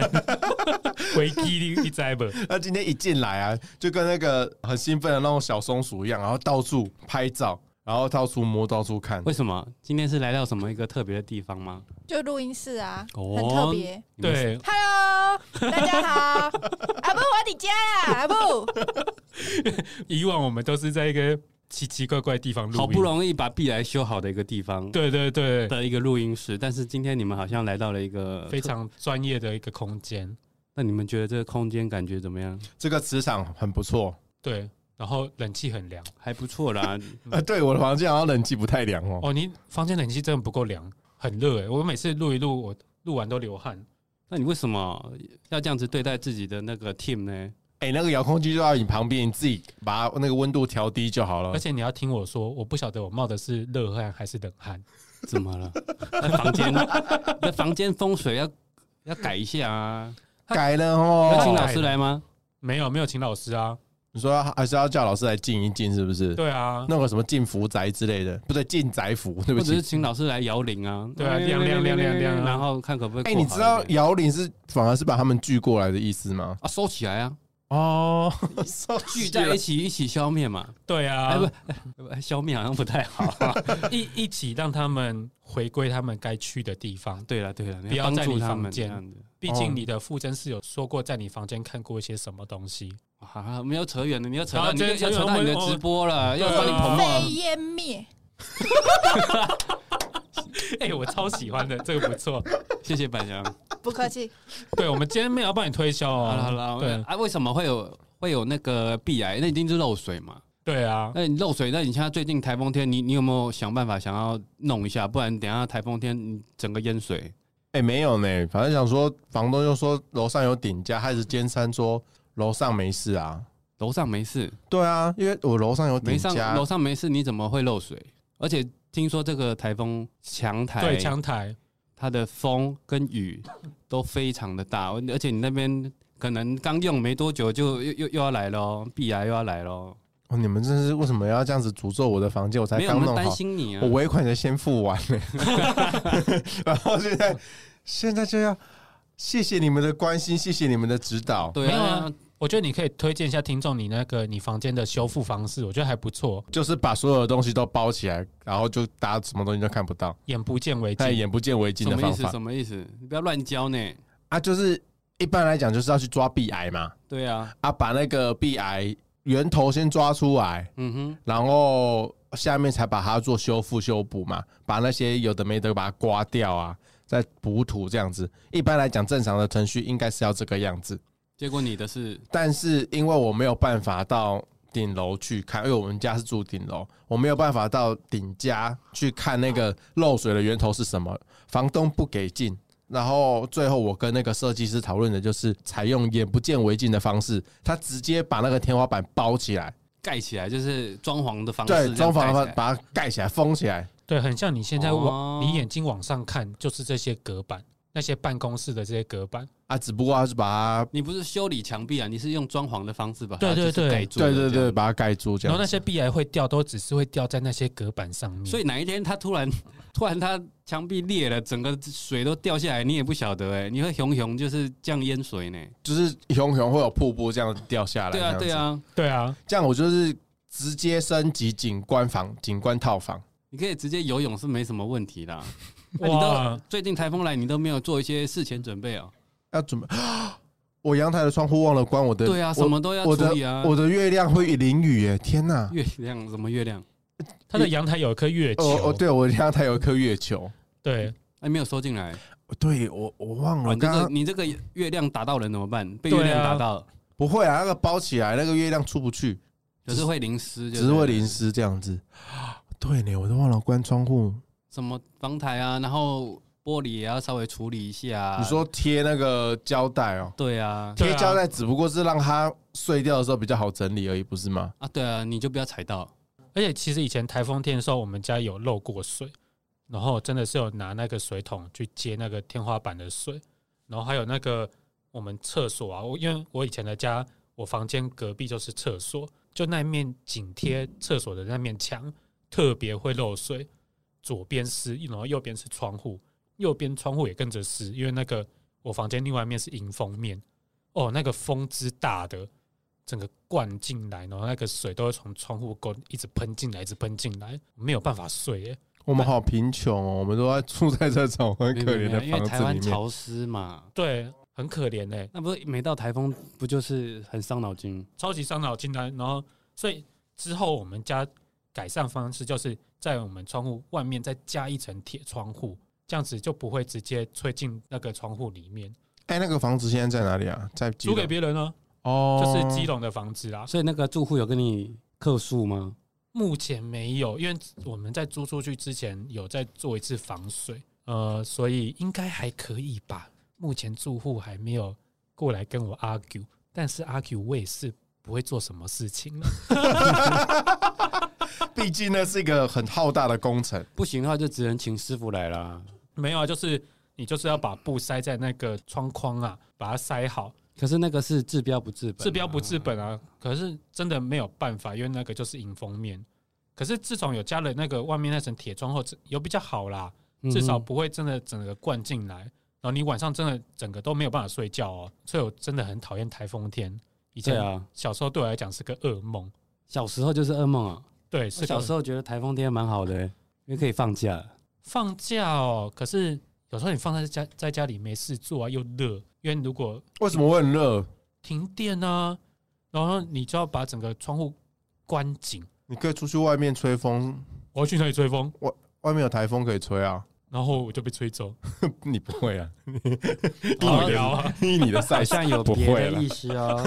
S2: 回击一栽吧。
S3: 他今天一进来啊，就跟那个很兴奋的那种小松鼠一样，然后到处拍照，然后到处摸，到处看。
S1: 为什么今天是来到什么一个特别的地方吗？
S4: 就录音室啊，
S1: 哦
S4: 很特别。
S1: 你们
S2: 对，
S4: Hello，大家 好，阿布我在家啦，阿布，
S2: 以往我们都是在一个奇奇怪怪的地方录音，
S1: 好不容易把碧来修好的一个地方
S2: 对对对，
S1: 的一个录音室，但是今天你们好像来到了一个
S2: 非，常专业的一个空间。
S1: 那你们觉得这个空间感觉怎么样？
S3: 这个磁场很不错。
S2: 对，然后冷气很凉。
S1: 还不错 啦，
S3: 呃，对，我的房间好像冷气不太凉哦。
S2: 哦，你房间冷气真的不够凉，很热哎、我每次录一录，我录完都流汗。
S1: 那你为什么要这样子对待自己的那个 team 呢？
S3: 哎、那个遥控器就在你旁边，你自己把那个温度调低就好了
S2: 而。且你要听我说，我不晓得我冒的是热汗还是冷汗。
S1: 怎么了？在房间，在房间风水要要改一下啊！
S3: 改了
S1: 要请
S3: 哦。
S1: 老师来吗？
S2: 没有没有，请老师啊。
S3: 你说还是要叫老师来静一静，是不是？
S2: 对啊，
S3: 弄个什么进福宅之类的，不对，进宅福，对
S1: 或
S3: 不
S1: 者是
S3: 起。
S1: 请老师来摇铃啊？
S2: 对啊亮亮亮亮亮
S1: 然后看可不可以过
S3: 哎、
S1: 好一
S3: 你
S1: 点？
S3: 知道摇铃是反而是把他们聚过来的意思吗？
S1: 啊？收起来 啊，
S3: 哦，
S1: 聚在一起一起消灭嘛？
S2: 对啊，
S1: 哎不，哎消灭好像不太 好。
S2: 一一起让他们回归他们该去的地方。
S1: 对了对了，你
S2: 不要
S1: 帮
S2: 在
S1: 助
S2: 你
S1: 他
S2: 房
S1: 们这
S2: 间
S1: 样子。
S2: 毕
S3: 哦
S2: 竟你的附身是有说过，在你房间看过一些什么东西。
S1: 好、啊，没有扯远了，你要扯到
S2: 好
S1: 你
S2: 这
S1: 要
S2: 这
S1: 扯到你的
S2: 我们
S1: 直播了，要
S2: 对啊
S1: 帮你捧
S4: 被
S1: 捧。
S4: 湮灭，
S2: 哎、我超喜欢的，这个不错。
S1: 谢谢板娘。
S4: 啊不客气。
S2: 对，我们今天没有要帮你推销哦。
S1: 好了好了，
S2: 对
S1: 啊，为什么会有会有那个壁癌？那一定是漏水嘛。
S2: 对
S3: 嗯
S2: 啊，
S1: 那你漏水，那你现在最近台风天，你你有没有想办法想要弄一下？不然等一下台风天你整个淹水。
S3: 哎、没有呢，反正想说房东又说楼上有顶加，还是尖山说楼上没事啊。
S1: 楼上没事，
S3: 对啊，因为我楼上有顶
S1: 没上
S3: 加
S1: 楼，上没事，你怎么会漏水？而且听说这个台风强台，
S2: 对强台，
S1: 它的风跟雨 都非常的大，而且你那边可能刚用没多久就又又又要来咯，壁癌又要来咯。
S3: 哦，你们真是为什么要这样子诅咒我的房间？我才
S1: 没有，我
S3: 刚
S1: 们
S3: 弄
S1: 担
S3: 好，
S1: 心你啊
S3: 我。尾款才先付完呢， 然后现在现在就要谢谢你们的关心，谢谢你们的指导。
S1: 对
S2: 没有
S1: 啊
S2: 啊，我觉得你可以推荐一下听众你那个你房间的修复方式，我觉得还不错，
S3: 就是把所有的东西都包起来，然后就大家什么东西都看不到，
S2: 眼不见为
S3: 但
S2: 净。
S3: 眼不见为净
S1: 什
S3: 的
S1: 么意
S3: 方
S1: 思？
S3: 法
S1: 什么意思？你不要乱教呢。
S3: 啊，就是一般来讲就是要去抓壁癌嘛，
S1: 对啊，
S3: 啊，把那个壁癌源头先抓出来，
S1: 嗯哼，
S3: 然后下面才把它做修复修补嘛，把那些有的没的把它刮掉啊，再补土这样子。一般来讲，正常的程序应该是要这个样子，
S1: 结果你的是
S3: 但是因为我没有办法到顶楼去看，因为我们家是住顶楼，我没有办法到顶家去看那个漏水的源头是什么，房东不给进。然后最后我跟那个设计师讨论的就是采用眼不见为净的方式，他直接把那个天花板包起来，
S1: 盖起来，就是装潢的方式，
S3: 对，装房
S1: 的
S3: 把把它盖起来封起来，
S2: 对，很像你现在往、
S1: 哦
S2: 你眼睛往上看，就是这些隔板，那些办公室的这些隔板，
S3: 啊，只不过他是把它，
S1: 你不是修理墙壁啊，你是用装潢的方式把它
S2: 对
S1: 就
S2: 对
S1: 是
S2: 对
S1: 盖住了
S3: 对对
S1: 这样
S3: 对，把它盖住这
S2: 然后那。
S3: 样
S2: 些壁癌会掉，都只是会掉在那些隔板上
S3: 嗯
S2: 面。
S1: 所以哪一天它突然 突然它墙壁裂了，整个水都掉下来，你也不晓得哎、你会熊熊就是降淹水呢、
S3: 就是熊熊会有瀑布这样掉下来。
S1: 对啊
S3: 这样子
S1: 对，啊，
S2: 对啊，
S3: 这样我就是直接升级景观房、景观套房。
S1: 你可以直接游泳是没什么问题的啊。那你
S2: 哇
S1: 都，最近台风来，你都没有做一些事前准备哦、
S3: 要准备， 我阳台的窗户忘了关，我的
S1: 对啊，什
S3: 我
S1: 么都要
S3: 我
S1: 处
S3: 的
S1: 理啊。
S3: 我的月亮会淋雨耶！天哪！
S1: 月亮什么月亮？
S2: 他的阳台有一颗月
S3: 哦
S2: 球
S3: 哦，，对我阳台有一颗月球，
S2: 对，
S1: 哎，没有收进来。
S3: 对我我忘
S1: 啊
S3: 了，
S1: 你这
S3: 刚
S1: 个
S3: 刚
S1: 你这个月亮打到人怎么办？被
S2: 对
S1: 月
S2: 啊
S1: 亮打到，
S3: 不会啊，那个包起来，那个月亮出不去，
S1: 只是会淋湿，
S3: 只是会淋。湿这样子。对呢，我都忘了关窗户。
S1: 什么房台啊，然后玻璃也要稍微处理一下啊。
S3: 你说贴那个胶带哦，
S1: 对啊，
S2: 对
S3: 贴
S2: 啊
S3: 胶带只不过是让它碎掉的时候比较好整理而已，不是吗？
S1: 啊对啊，你就不要踩到。
S2: 而且其实以前台风天的时候，我们家有漏过水，然后真的是有拿那个水桶去接那个天花板的水，然后还有那个我们厕所啊，我因为我以前的家，我房间隔壁就是厕所，就那一面紧贴厕所的那面墙特别会漏水，左边是，然后右边是窗户，右边窗户也跟着湿，因为那个我房间另外一面是迎风面，哦，那个风之大的，整个灌进来，然后那个水都会从窗户沟一直喷进来，一直喷进来，没有办法睡耶。
S3: 我们好贫穷哦，我们都要住在这种很
S1: 没有
S3: 可
S1: 没
S3: 怜
S1: 有
S3: 的
S1: 没有因为台
S3: 房
S1: 湾
S3: 子里面。
S1: 潮湿嘛，
S2: 对，很可怜哎，
S1: 那不是每到台风不就是很伤脑筋？
S2: 超级伤脑筋的。然后，所以之后我们家改善方式就是在我们窗户外面再加一层铁窗户，这样子就不会直接吹进那个窗户里面。
S3: 哎，那个房子现在在哪里啊？在基
S2: 租
S3: 隆
S2: 给别人呢，
S3: 哦，
S2: 就是基隆的房子啊啦。
S1: 所以那个住户有跟你客诉吗？
S2: 目前没有，因为我们在租出去之前有在做一次防水，呃，所以应该还可以吧。目前住户还没有过来跟我 argue，但是 argue 我也是不会做什么事情了。
S3: 毕竟那是一个很浩大的工程。
S1: 不行的话，就只能请师傅来啦。
S2: 没有啊，就是你就是要把布塞在那个窗框啊，把它塞好，
S1: 可是那个是治标不治本啊、
S2: 治标不治本啊。可是真的没有办法，因为那个就是迎风面。可是自从有加了那个外面那层铁窗后，有比较好啦。
S1: 嗯哼，
S2: 至少不会真的整个灌进来，然后你晚上真的整个都没有办法睡觉哦。所以我真的很讨厌台风天。以
S1: 对
S2: 前
S1: 啊。
S2: 小时候对我来讲是个噩梦，
S1: 小时候就是噩梦啊。
S2: 对，
S1: 我
S2: 是
S1: 小时
S2: 候
S1: 候觉得台风天蛮好的、因为可以放假。
S2: 放假哦。可是有时候你放在家在家里没事做啊，又热，因为如果
S3: 为什么会很热？
S2: 停电啊，然后你就要把整个窗户关紧。
S3: 你可以出去外面吹风，
S2: 我要去哪里吹风？
S3: 外面有台风可以吹啊。
S2: 然后我就被吹 走，
S3: 你不会啊？
S1: 哦
S2: 好聊啊！
S3: 以你的
S1: 好
S3: 赛事，
S1: 像有
S3: 不
S1: 别
S3: 会啊
S1: 的
S3: 了
S1: 意思哦。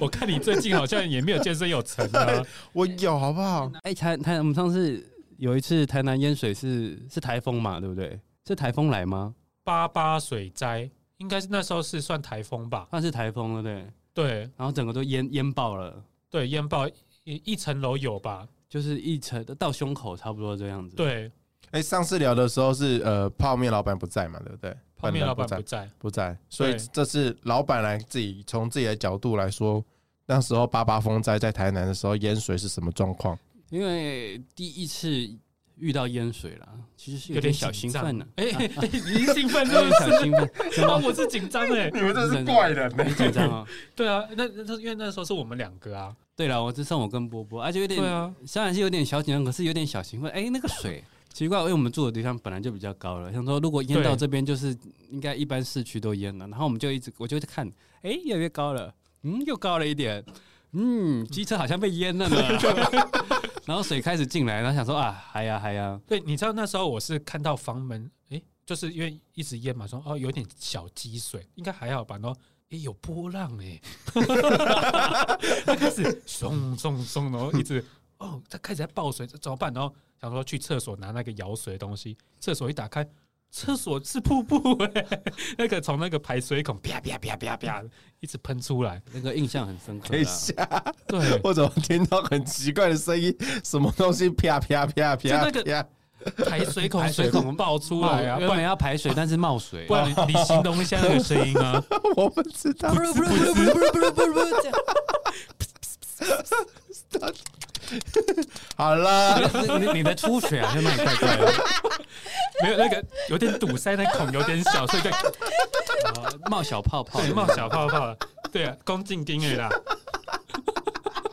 S2: 我看你最近好像也没有健身有成啊。
S3: 我有好不好？
S1: 哎、台台我们上次有一次台南淹水是是台风嘛，对不对？是台风来吗？
S2: 八八水灾应该是那时候是算台风吧？
S1: 那是台风了，对。
S2: 对，
S1: 然后整个都淹淹爆了，
S2: 对，烟爆一一层楼有吧？
S1: 就是一层到胸口差不多这样子。，
S2: 对，
S3: 哎，上次聊的时候是呃，泡面老板不在嘛，对不对？
S2: 泡面老板不
S3: 在，
S2: 在，
S3: 不在，所以
S2: 对
S3: 这次老板来自己从自己的角度来说，那时候八八风灾在台南的时候，淹水是什么状况？
S1: 因为第一次遇到淹水啦，其实是
S2: 有
S1: 点
S2: 点
S1: 小兴
S2: 紧
S1: 奋 呢、
S2: 哎、你兴奋
S1: 有点
S2: 是不
S1: 小兴奋，
S2: 是？啊，我是紧张哎。
S3: 你们
S1: 真是怪人
S3: 呢！
S1: 很紧张啊。
S2: 对啊，那那因为那时候是我们两个啊。
S1: 对了，我只剩我跟波波，而且有点
S2: 对啊，
S1: 虽然是有点小紧张，可是有点小兴奋。哎、那个 水奇怪，因哎为我们住的地方本来就比较高了，想说如果淹到
S2: 对
S1: 这边，就是应该一般市区都淹了。然后我们就一直，我就看，哎、越来越高了，嗯，又高了一点，嗯，机车好像被淹了 呢。然后水开始进来，然后想说啊，嗨呀嗨呀，
S2: 对，你知道那时候我是看到房门，哎、就是因为一直淹嘛，说哦有点小积水，应该还好吧？然后哎、有波浪哎、 他开始松松松，然后一直哦，他开始在爆水，这怎么办？然后想说去厕所拿那个舀水的东西，厕所一打开，厕所是瀑布哎、 那个从那个排水孔啪啪啪啪啪一直喷出来，
S1: 那个印象很深刻
S3: 等一
S1: 啦。
S3: 下，
S2: 对，
S3: 我怎么听到很奇怪的声音？什么东西啪啪啪
S2: 就
S3: 啪
S2: 那个
S3: 啪？
S2: 排水孔
S1: 排水
S2: 水
S1: 孔
S2: 孔爆出来啊，
S1: 原
S2: 不
S1: 本
S2: 然
S1: 要排水，但是冒水
S2: 不，然你你形容一下那个声音啊，
S3: 我不知道
S4: 不不不不不不不不这样，
S3: 好了，
S1: 你你的出血好像那里怪怪的，
S2: 没有那个有点堵塞，那孔有点小，所以就
S1: 哦冒小泡泡，
S2: 对冒小泡泡，对啊，宫颈丁了啦，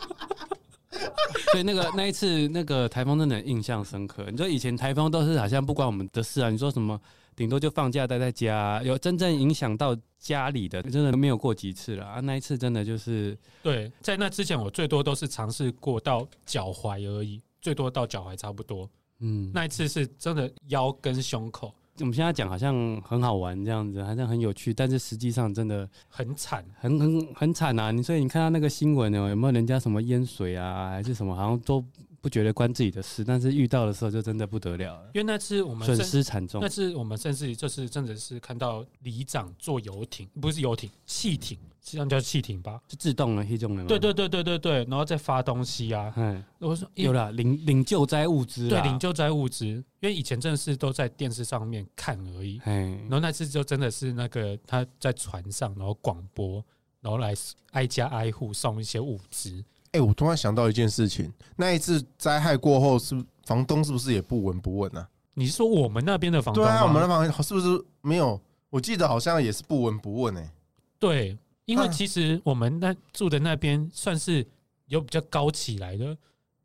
S1: 所以那个那一次那个台风真的印象深刻。你说以前台风都是好像不关我们的事啊，你说什么顶多就放假待在家，啊有真正影响到家里的真的没有过几次了啊。那一次真的就是
S2: 对，在那之前我最多都是尝试过到脚踝而已，最多到脚踝差不多。
S1: 嗯，那
S2: 那一次是真的腰跟胸口
S1: 我们现在讲好像很好玩这样子，好像很有趣，但是实际上真的
S2: 很惨，
S1: 很很很惨啊。你所以你看到那个新闻哦，有没有人家什么淹水啊，还是什么，好像都不觉得关自己的事，但是遇到的时候就真的不得了了
S2: 因。为那次我们
S1: 损
S2: 甚
S1: 失惨重
S2: 那，次我们甚至就是真的是看到里长坐游艇，不是游艇，汽艇，实际上叫汽艇吧？
S1: 就自动了，黑中人。
S2: 对对，对对对对，然后再发东西啊。
S1: 嗯，
S2: 我说
S1: 有啦，领领救灾物资
S3: 啊
S2: 对
S1: 啦，
S2: 领救灾物资，因为以前真的是都在电视上面看而已。
S1: 哎
S2: 然，后那次就真的是那个他在船上，然后广播，然后来挨家挨户送一些物资。
S3: 哎、我突然想到一件事情，那一次灾害过后是，房东是不是也不闻不问啊？
S2: 你是说我们那边的房东
S3: 对
S2: 吗？
S3: 啊，我们的房是不是没有？我记得好像也是不闻不问哎、
S2: 对，因为
S3: 嗯
S2: 其实我们那住的那边算是有比较高起来的，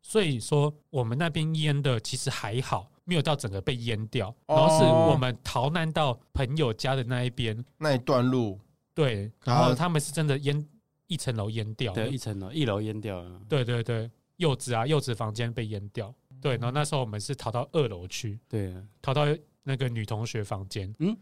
S2: 所以说我们那边淹的其实还好，没有到整个被淹掉。
S3: 哦
S2: 然后是我们逃难到朋友家的那一边，
S3: 那一段路
S2: 对，
S3: 啊
S2: 然后他们是真的淹一层楼淹掉
S1: 对，
S2: 的
S1: 一，层楼一楼淹掉了，
S2: 对对对，柚子啊，柚子房间被淹掉，对，然后那时候我们是逃到二楼去，
S1: 对，啊
S2: 逃到那个女同学房间，嗯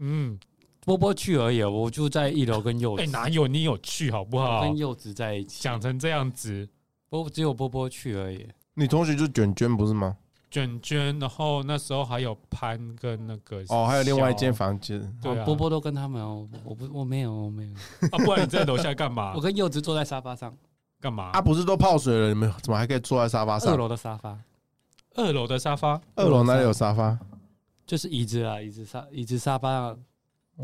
S1: 嗯
S2: 嗯，
S1: 波波去而已哦，我就在一楼跟柚
S2: 哎、
S1: 子，
S2: 哪有你有去好不
S1: 我
S2: 好
S1: 跟？柚子在一起，
S2: 讲成这样子，
S1: 波只有波波去而已，
S3: 你同学就卷卷不是吗？
S2: 卷卷，然后那时候还有潘跟那个
S3: 哦，还有另外一间
S2: 小
S3: 房间，
S2: 对啊
S1: 哦波波都跟他们哦，我不我没有我没有，
S2: 啊，不然你在楼下干嘛
S1: 我？跟柚子坐在沙发上，
S2: 干嘛？
S3: 啊，不是都泡水了，你们怎么还可以坐在沙发
S1: 二
S3: 上？
S1: 楼的沙发
S2: 二楼的沙发，
S3: 二楼哪里有沙发？
S1: 就是椅子啊，椅子沙椅子沙发啊，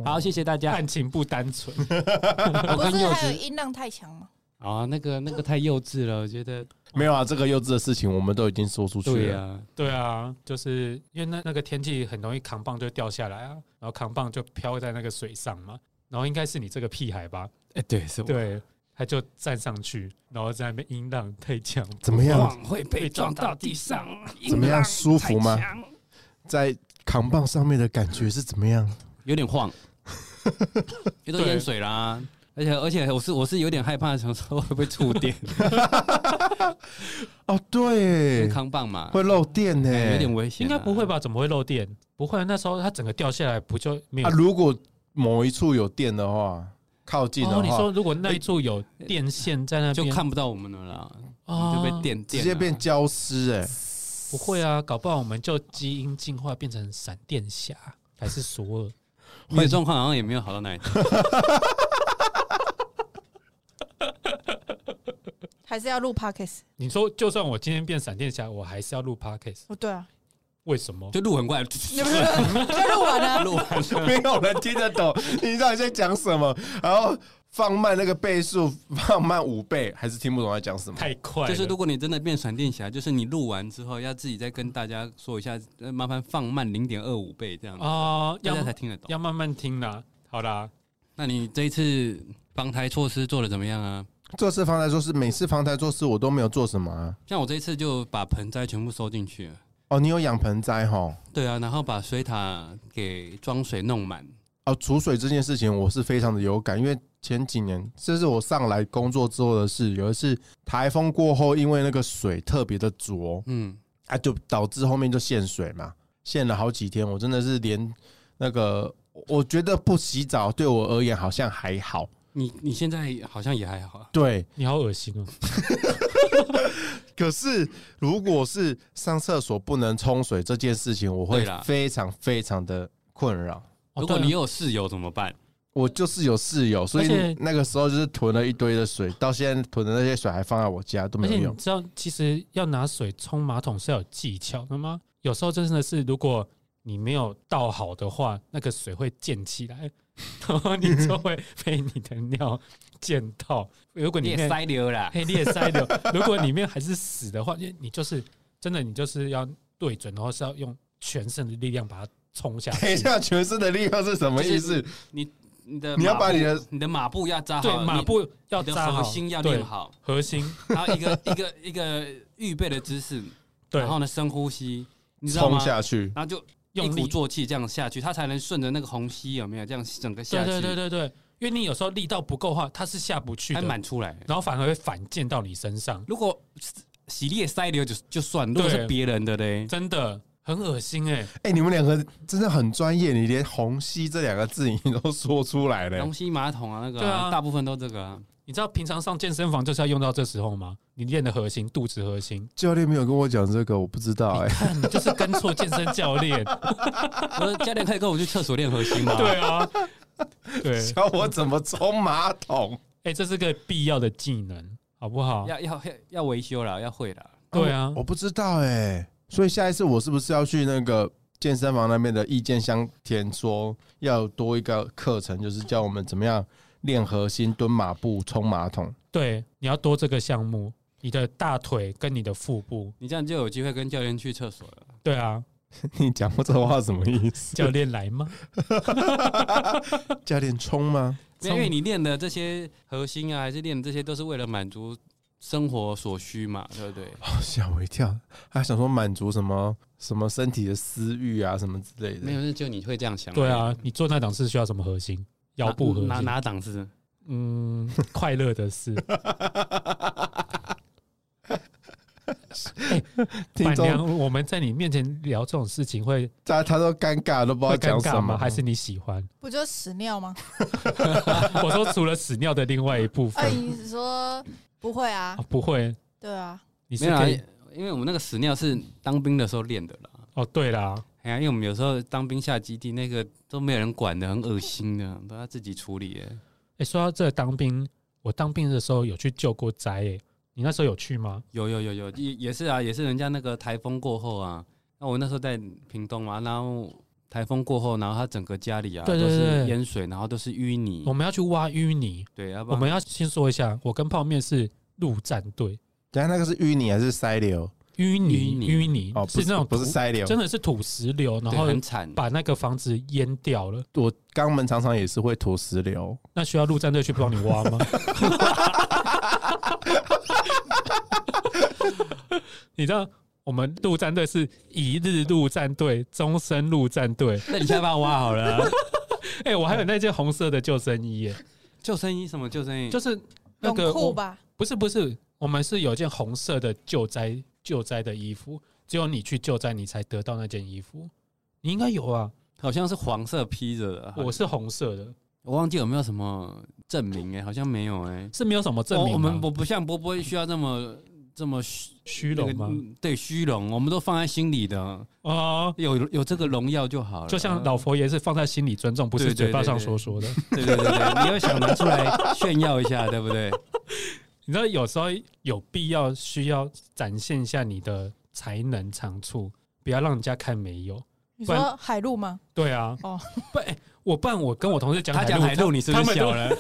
S1: 好，谢谢大家。
S2: 案情不单纯，啊
S1: 我
S4: 不
S1: 跟
S4: 是
S1: 柚
S4: 还有
S1: 子
S4: 音浪太强吗？
S1: 啊，那个那个太幼稚了，我觉得
S3: 没有啊，这个幼稚的事情我们都已经说出去
S1: 对
S3: 了。
S1: 啊，
S2: 对啊，就是因为那那个天气很容易扛棒就掉下来啊，然后扛棒就飘在那个水上嘛，然后应该是你这个屁孩吧？
S1: 哎，对，是我
S2: 对，他就站上去，然后在那边音浪太强，
S3: 怎么样？
S1: 往会被撞到地上，
S3: 怎么样？舒服吗？在扛棒上面的感觉是怎么样？
S1: 有点 晃，因为都
S2: 对
S1: 淹水啦。而且而且我是我是有点害怕，想说会不会触 电，
S3: 哦，
S1: 因为
S3: 对，
S1: 康棒嘛，
S3: 会啊漏电呢、
S1: 哎有点危险
S2: 应
S1: 啊，
S2: 该不会吧？怎么会漏电？不会，啊那时候他整个掉下来不就没有
S3: 啊，？如果某一处有电的话，靠近的话，
S2: 哦，你说如果那一处有电线在那
S1: 就
S2: 边，
S1: 看不到我们了啦，
S2: 啊
S1: 就被电电
S3: 直
S1: 啊
S3: 接变焦尸 哎、
S2: 不会啊，搞不好我们就基因进化变成闪电侠还是 索尔。
S1: 你的状况好像也没有好到哪里去。
S4: 还是要录 podcast？
S2: 你说，就算我今天变闪电侠，我还是要录 podcast，
S4: 哦，对啊，
S2: 为什 么？
S1: 就路很怪，
S4: 你不是 就录完了？
S1: 路很
S3: 没有人听得懂，你到底在讲什么？然后放慢那个倍数，放慢五倍，还是听不懂在讲什么？
S2: 太快了，
S1: 就是如果你真的变闪电侠，就是你录完之后要自己再跟大家说一下，呃麻烦放慢零点二五倍这样，哦
S2: 啊、
S1: 大家才
S2: 要
S1: 听得懂。
S2: 要慢慢听啦。好啦，
S1: 那你这一次防台措施做的怎么样啊？
S3: 这次防台措施，每次防台措施我都没有做什么啊。
S1: 像我这一次就把盆栽全部收进去了。
S3: 哦，你有养盆栽哈？
S1: 对啊，然后把水塔给装水弄满。
S3: 哦，储水这件事情我是非常的有感，因为前几年这是我上来工作之后的事。有一次台风过后，因为那个水特别的浊，
S1: 嗯，
S3: 啊，就导致后面就限水嘛，限了好几天，我真的是连那个，我觉得不洗澡对我而言好像还好，
S1: 你你现在好像也还好啊。
S3: 对。
S2: 你好恶心哦、
S3: 可是如果是上厕所不能冲水这件事情，我会
S1: 对啦
S3: 非常非常的困扰。
S2: 哦
S1: 如果你
S2: 对啊
S1: 有室友怎么办？
S3: 我就是有室友，所
S2: 而且
S3: 以那个时候就是囤了一堆的水，到现在囤的那些水还放在我家都
S2: 而
S3: 没
S2: 且
S3: 有
S2: 你
S3: 用。
S2: 知道，其实要拿水冲马桶是要有技巧的吗？有时候真的是，如果你没有倒好的话，那个水会溅起来，然后你就 会被你的尿溅到。如果里
S1: 你
S2: 面
S1: 塞流啦，
S2: 黑裂塞 流，如果里面还是死的话，你你就是真的，你就是要对准，然后是要用全身的力量把它冲下
S3: 等一
S2: 去。
S3: 下，全身的力量是什么意思？
S1: 你的
S3: 你要
S1: 马
S3: 把
S1: 步
S3: 你的
S1: 你的马步要扎好，
S2: 对，马
S1: 你
S2: 步要
S1: 你的
S2: 扎好，
S1: 核心要练
S2: 对
S1: 好，
S2: 核心
S1: 然后一个 一个一个预备的姿势，
S2: 对
S1: 然后呢深呼吸，你知道
S3: 冲
S1: 吗？
S3: 下去，
S1: 然后就一
S2: 用
S1: 鼓
S2: 力。
S1: 作气这样下去，它才能顺着那个虹吸有没有这样整个下
S2: 对
S1: 去，
S2: 对对对对，因为你有时候力道不够的话，它是下不去
S1: 还
S2: 的，
S1: 满出来。
S2: 然后反而会反溅到你身上，
S1: 如果洗裂塞流就就算，如果
S2: 对
S1: 是别人的嘞，
S2: 真的很恶心哎、
S3: 哎、你们两个真的很专业，你连“虹吸”这两个字你都说出来了。
S1: 虹吸马桶啊那个
S2: 对
S1: 啊
S2: 啊
S1: 大部分都这个啊。
S2: 你知道平常上健身房就是要用到这时候吗？你练的核心、肚子核心，
S3: 教练没有跟我讲这个，我不知道哎、
S2: 看你就是跟错健身教练。
S1: 我说教练可以跟我去厕所练核心吗？
S2: 对啊，对，
S3: 教我怎么冲马桶？
S2: 哎、这是个必要的技能，好不好？
S1: 要要要要维修了，要会了。
S2: 对啊
S3: 我，不知道哎、所以下一次我是不是要去那个健身房那边的意见箱填说要多一个课程，就是教我们怎么样练核心、蹲马步、冲马桶？
S2: 对，你要多这个项目，你的大腿跟你的腹部。
S1: 你这样就有机会跟教练去厕所了。
S2: 对啊，
S3: 你讲过这话什么意思？
S2: 教 练来吗？
S3: 教练冲吗？
S1: 没有因为你练的这些核心啊，还是练的这些，都是为了满足生活所需嘛，对不对？
S3: 哦吓我一跳，还想说满足什么什么身体的私欲啊什么之类的
S1: 没。有，那就你会这样想。
S2: 对啊，你做那档事需要什么核心？
S1: 哪，
S2: 腰部核
S1: 哪
S2: 心？
S1: 哪档次？
S2: 嗯，快乐的事。
S3: 听
S2: 哎板
S3: 众
S2: 娘，我们在你面前聊这种事情会
S3: 大家他都尴尬，都不知
S2: 会
S3: 道
S2: 尴
S3: 讲
S2: 尬
S3: 什
S2: 吗？
S3: 么，
S2: 还是你喜欢？
S4: 不就屎尿吗？
S2: 我说除了屎尿的另外一部分
S4: 哎，你说不会啊
S2: 啊？不会，
S4: 对啊，
S2: 你是
S1: 没有啊
S2: 可以，
S1: 因为我们那个屎尿是当兵的时候练的啦。
S2: 哦。对啦，
S1: 哎呀，因为我们有时候当兵下基地，那个都没有人管的，很恶心的，都要自己处理耶。
S2: 哎，说到这当兵，我当兵的时候有去救过灾哎，你那时候有去吗？
S1: 有有有有，也也是啊，也是人家那个台风过后啊，那我那时候在屏东嘛，然后台风过后，然后他整个家里啊
S2: 对对
S1: 都是
S2: 对
S1: 淹水，然后都是淤泥
S3: 嗯
S2: 我，们要去挖淤泥，
S1: 对，要不
S2: 我
S1: 然
S2: 们要先说一下，我跟泡面是陆战队，
S3: 等一下那个是淤泥还是塞流？
S2: 淤
S1: 淤
S2: 泥
S1: 泥
S2: 淤泥
S3: 哦，不
S2: 是那种
S3: 不是
S2: 土
S3: 塞流，
S2: 真的是土石流，然
S1: 对
S2: 后
S1: 很惨，
S2: 把那个房子淹掉了。
S3: 我肛门常常也是会吐石 榴。
S2: 那需要陆战队去帮你挖吗？ 你知道我们陆战队是一日陆战队、终身陆战队。
S1: 那你现在把我挖好了啊、
S2: 哎、我还有那件红色的救生衣耶，
S1: 救生衣什么救生衣？
S2: 就是那
S4: 泳
S2: 个
S4: 裤
S2: 我
S4: 吧？
S2: 不是不是，我们是有件红色的救灾救灾的衣服，只有你去救灾，你才得到那件衣服。你应该有啊，
S1: 好像是黄色披着的，
S2: 我是红色的，
S1: 我忘记有没有什么证明哎、好像没有哎、
S2: 是没有什么证
S1: 我
S2: 明吗、
S1: 我们我不像波波需要这么这么虚
S2: 虚荣吗？？
S1: 那个嗯对，虚荣，我们都放在心里的，
S2: 哦，
S1: 有有这个荣耀就好了。
S2: 就像老佛爷是放在心里尊重，不
S1: 对
S2: 是
S1: 对
S2: 嘴巴
S1: 对
S2: 上
S1: 对
S2: 所说的。
S1: 对对对对，你要想拿出来炫耀一下，对不对？
S2: 你知道有时候有必要需要展现一下你的才能长处，不要让人家看没有。
S4: 你
S2: 不然
S4: 说海陆吗？
S2: 对啊，
S4: 哦，
S2: 不，哎我不然我跟我同事讲
S1: 他讲
S2: 陆
S1: 海陆，你是不
S2: 他
S1: 是
S2: 们都
S1: 笑了？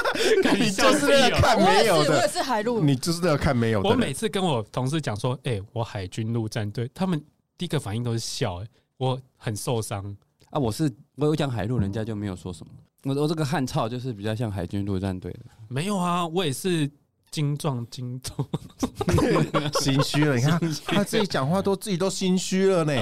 S2: 看
S3: 你
S2: 笑
S3: 就是那
S2: 屁
S3: 个
S2: 哦
S3: 看
S4: 我也
S3: 没
S4: 是，
S3: 有
S4: 我也
S3: 的，
S4: 是海陆。
S3: 你就是那个看没有
S2: 我
S3: 的
S2: 每
S3: 人。
S2: 次跟我同事讲说，哎、我海军陆战队，他们第一个反应都是笑、哎，我很受伤。
S1: 啊，我是我有讲海陆，人家就没有说什么。我我这个汉操就是比较像海军陆战队的，
S2: 没有啊，我也是精壮精壮。
S3: 心虚了，你看他自己讲话都自己都心虚了呢。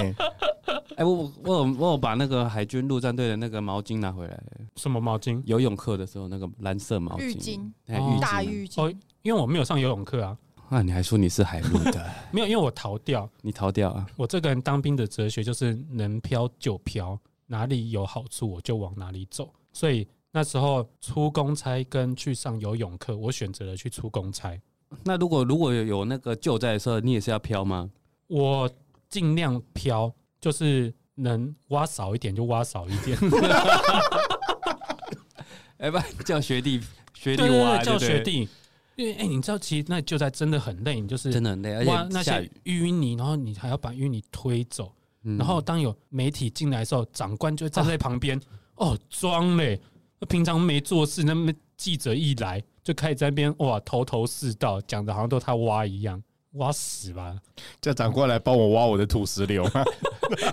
S1: 哎、我我我有我有把那个海军陆战队的那个毛巾拿回来，
S2: 什么毛巾？
S1: 游泳课的时候那个蓝色毛巾，
S4: 浴巾
S1: 哎，
S2: 哦
S1: 浴
S4: 大
S1: 巾
S4: 浴巾，
S2: 因为我没有上游泳课啊，
S1: 啊。那、你还说你是海陆的，
S2: 没有，因为我逃掉。
S1: 你逃掉啊？
S2: 我这个人当兵的哲学就是能飘就飘，哪里有好处我就往哪里走。所以那时候出公差跟去上游泳课，我选择了去出公差。
S1: 那如果如果有有那个救灾的时候，你也是要飘吗？
S2: 我尽量飘，就是能挖少一点就挖少一 点，
S1: 哎、不，叫学弟学
S2: 对
S1: 弟
S2: 对
S1: 挖，
S2: 对，
S1: 对不
S2: 叫
S1: 对
S2: 学弟。因为哎、你知道，其实那就在真的很累，你就是
S1: 真的很累，而
S2: 挖
S1: 且
S2: 那
S1: 下
S2: 些
S1: 雨，
S2: 淤泥，然后你还要把淤泥推走。
S1: 嗯
S2: 然后当有媒体进来的时候，长官就会站在旁边，哦，装嘞，平常没做事，那么记者一来就开始在那边哇头头是道，讲的好像都他挖一样，挖死吧，
S3: 叫长官来帮我挖我的土石流，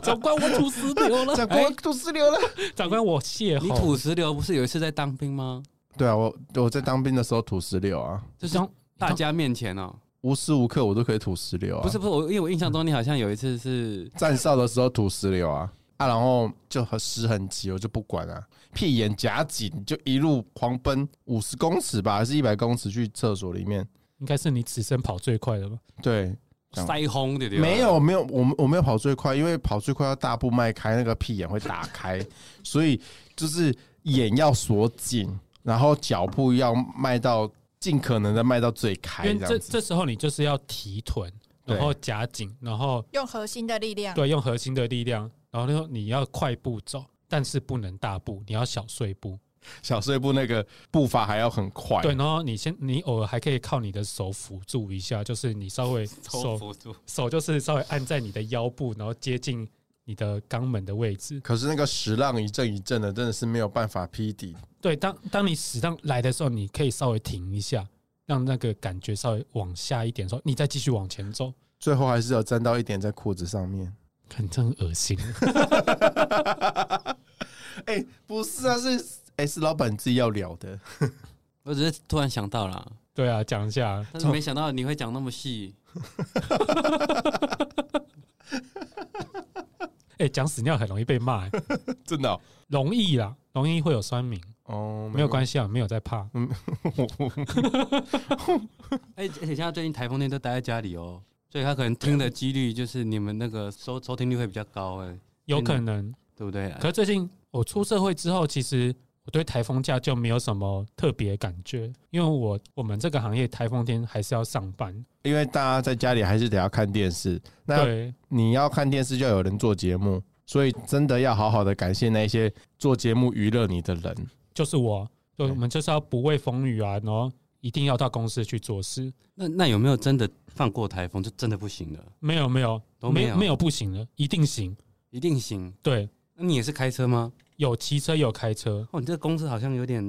S2: 长官我土石流 了， 哎
S3: 长官土石流了。
S2: 长官我邂
S1: 你
S2: 逅，
S1: 土石流不是有一次在当兵吗？
S3: 对啊，我我在当兵的时候土石流啊，
S2: 这张
S1: 大家面前哦，
S3: 无时无刻我都可以土石流啊。
S1: 不是不是，我因为我印象中你好像有一次是
S3: 站哨的时候土石流啊啊，然后就很湿很急，我就不管啊，屁眼夹紧就一路狂奔五十公尺吧，还是一百公尺去厕所里面。
S2: 应该是你此生跑最快的吧？
S3: 对，讲
S1: 腮红的，对不对
S3: 没有，没有，我们我没有跑最快，因为跑最快要大步迈开，那个屁眼会打开，所以就是眼要锁紧，然后脚步要迈到尽可能的迈到最开
S2: 因为
S3: 这
S2: 这
S3: 样子。
S2: 这时候你就是要提臀，然
S3: 对
S2: 后夹紧，然后
S4: 用核心的力量。
S2: 对用核心的力量，然后就你要快步走，但是不能大步，你要小碎步。
S3: 小碎步那个步伐还要很快，
S2: 对，然后你先，你偶尔还可以靠你的手辅助一下，就是你稍微
S1: 头
S2: 手
S1: 扶住，
S2: 手就是稍微按在你的腰部，然后接近你的肛门的位置。
S3: 可是那个石浪一阵一阵的，真的是没有办法劈底。
S2: 对，当当你适当来的时候，你可以稍微停一下，让那个感觉稍微往下一点的时候，你再继续往前走。
S3: 最后还是有沾到一点在裤子上面。
S2: 很真恶心，
S3: 哎、不是啊，是哎、是老板自己要聊的。
S1: 我只是突然想到了，
S2: 对啊，讲一下，
S1: 但是没想到你会讲那么细，
S2: 哎、讲屎尿很容易被骂、欸
S3: 真的哦，
S2: 容易啦，容易会有酸民，
S3: 哦
S2: 没有
S3: 系。
S2: 关系啊，没有在怕。
S1: 哎，而且现在最近台风天都待在家里哦，所以他可能听的几率就是你们那个收收听率会比较高，哎，
S2: 有可能。
S1: 对不对？
S2: 可是最近我出社会之后，其实我对台风假就没有什么特别感觉，因为我我们这个行业台风天还是要上班。
S3: 因为大家在家里还是得要看电视，那
S2: 对，
S3: 你要看电视就要有人做节目，所以真的要好好的感谢那些做节目娱乐你的人。
S2: 就是我，对，
S3: 对
S2: 我们就是要不畏风雨啊，然后一定要到公司去做事。
S1: 那那有没有真的放过台风就真的不行了？
S2: 没有没有，
S1: 都没
S2: 没
S1: 有
S2: 没有不行的，一定行。
S1: 一定行。
S2: 对，
S1: 那你也是开车吗？
S2: 有骑车有开车，
S1: 哦，你这个公司好像有点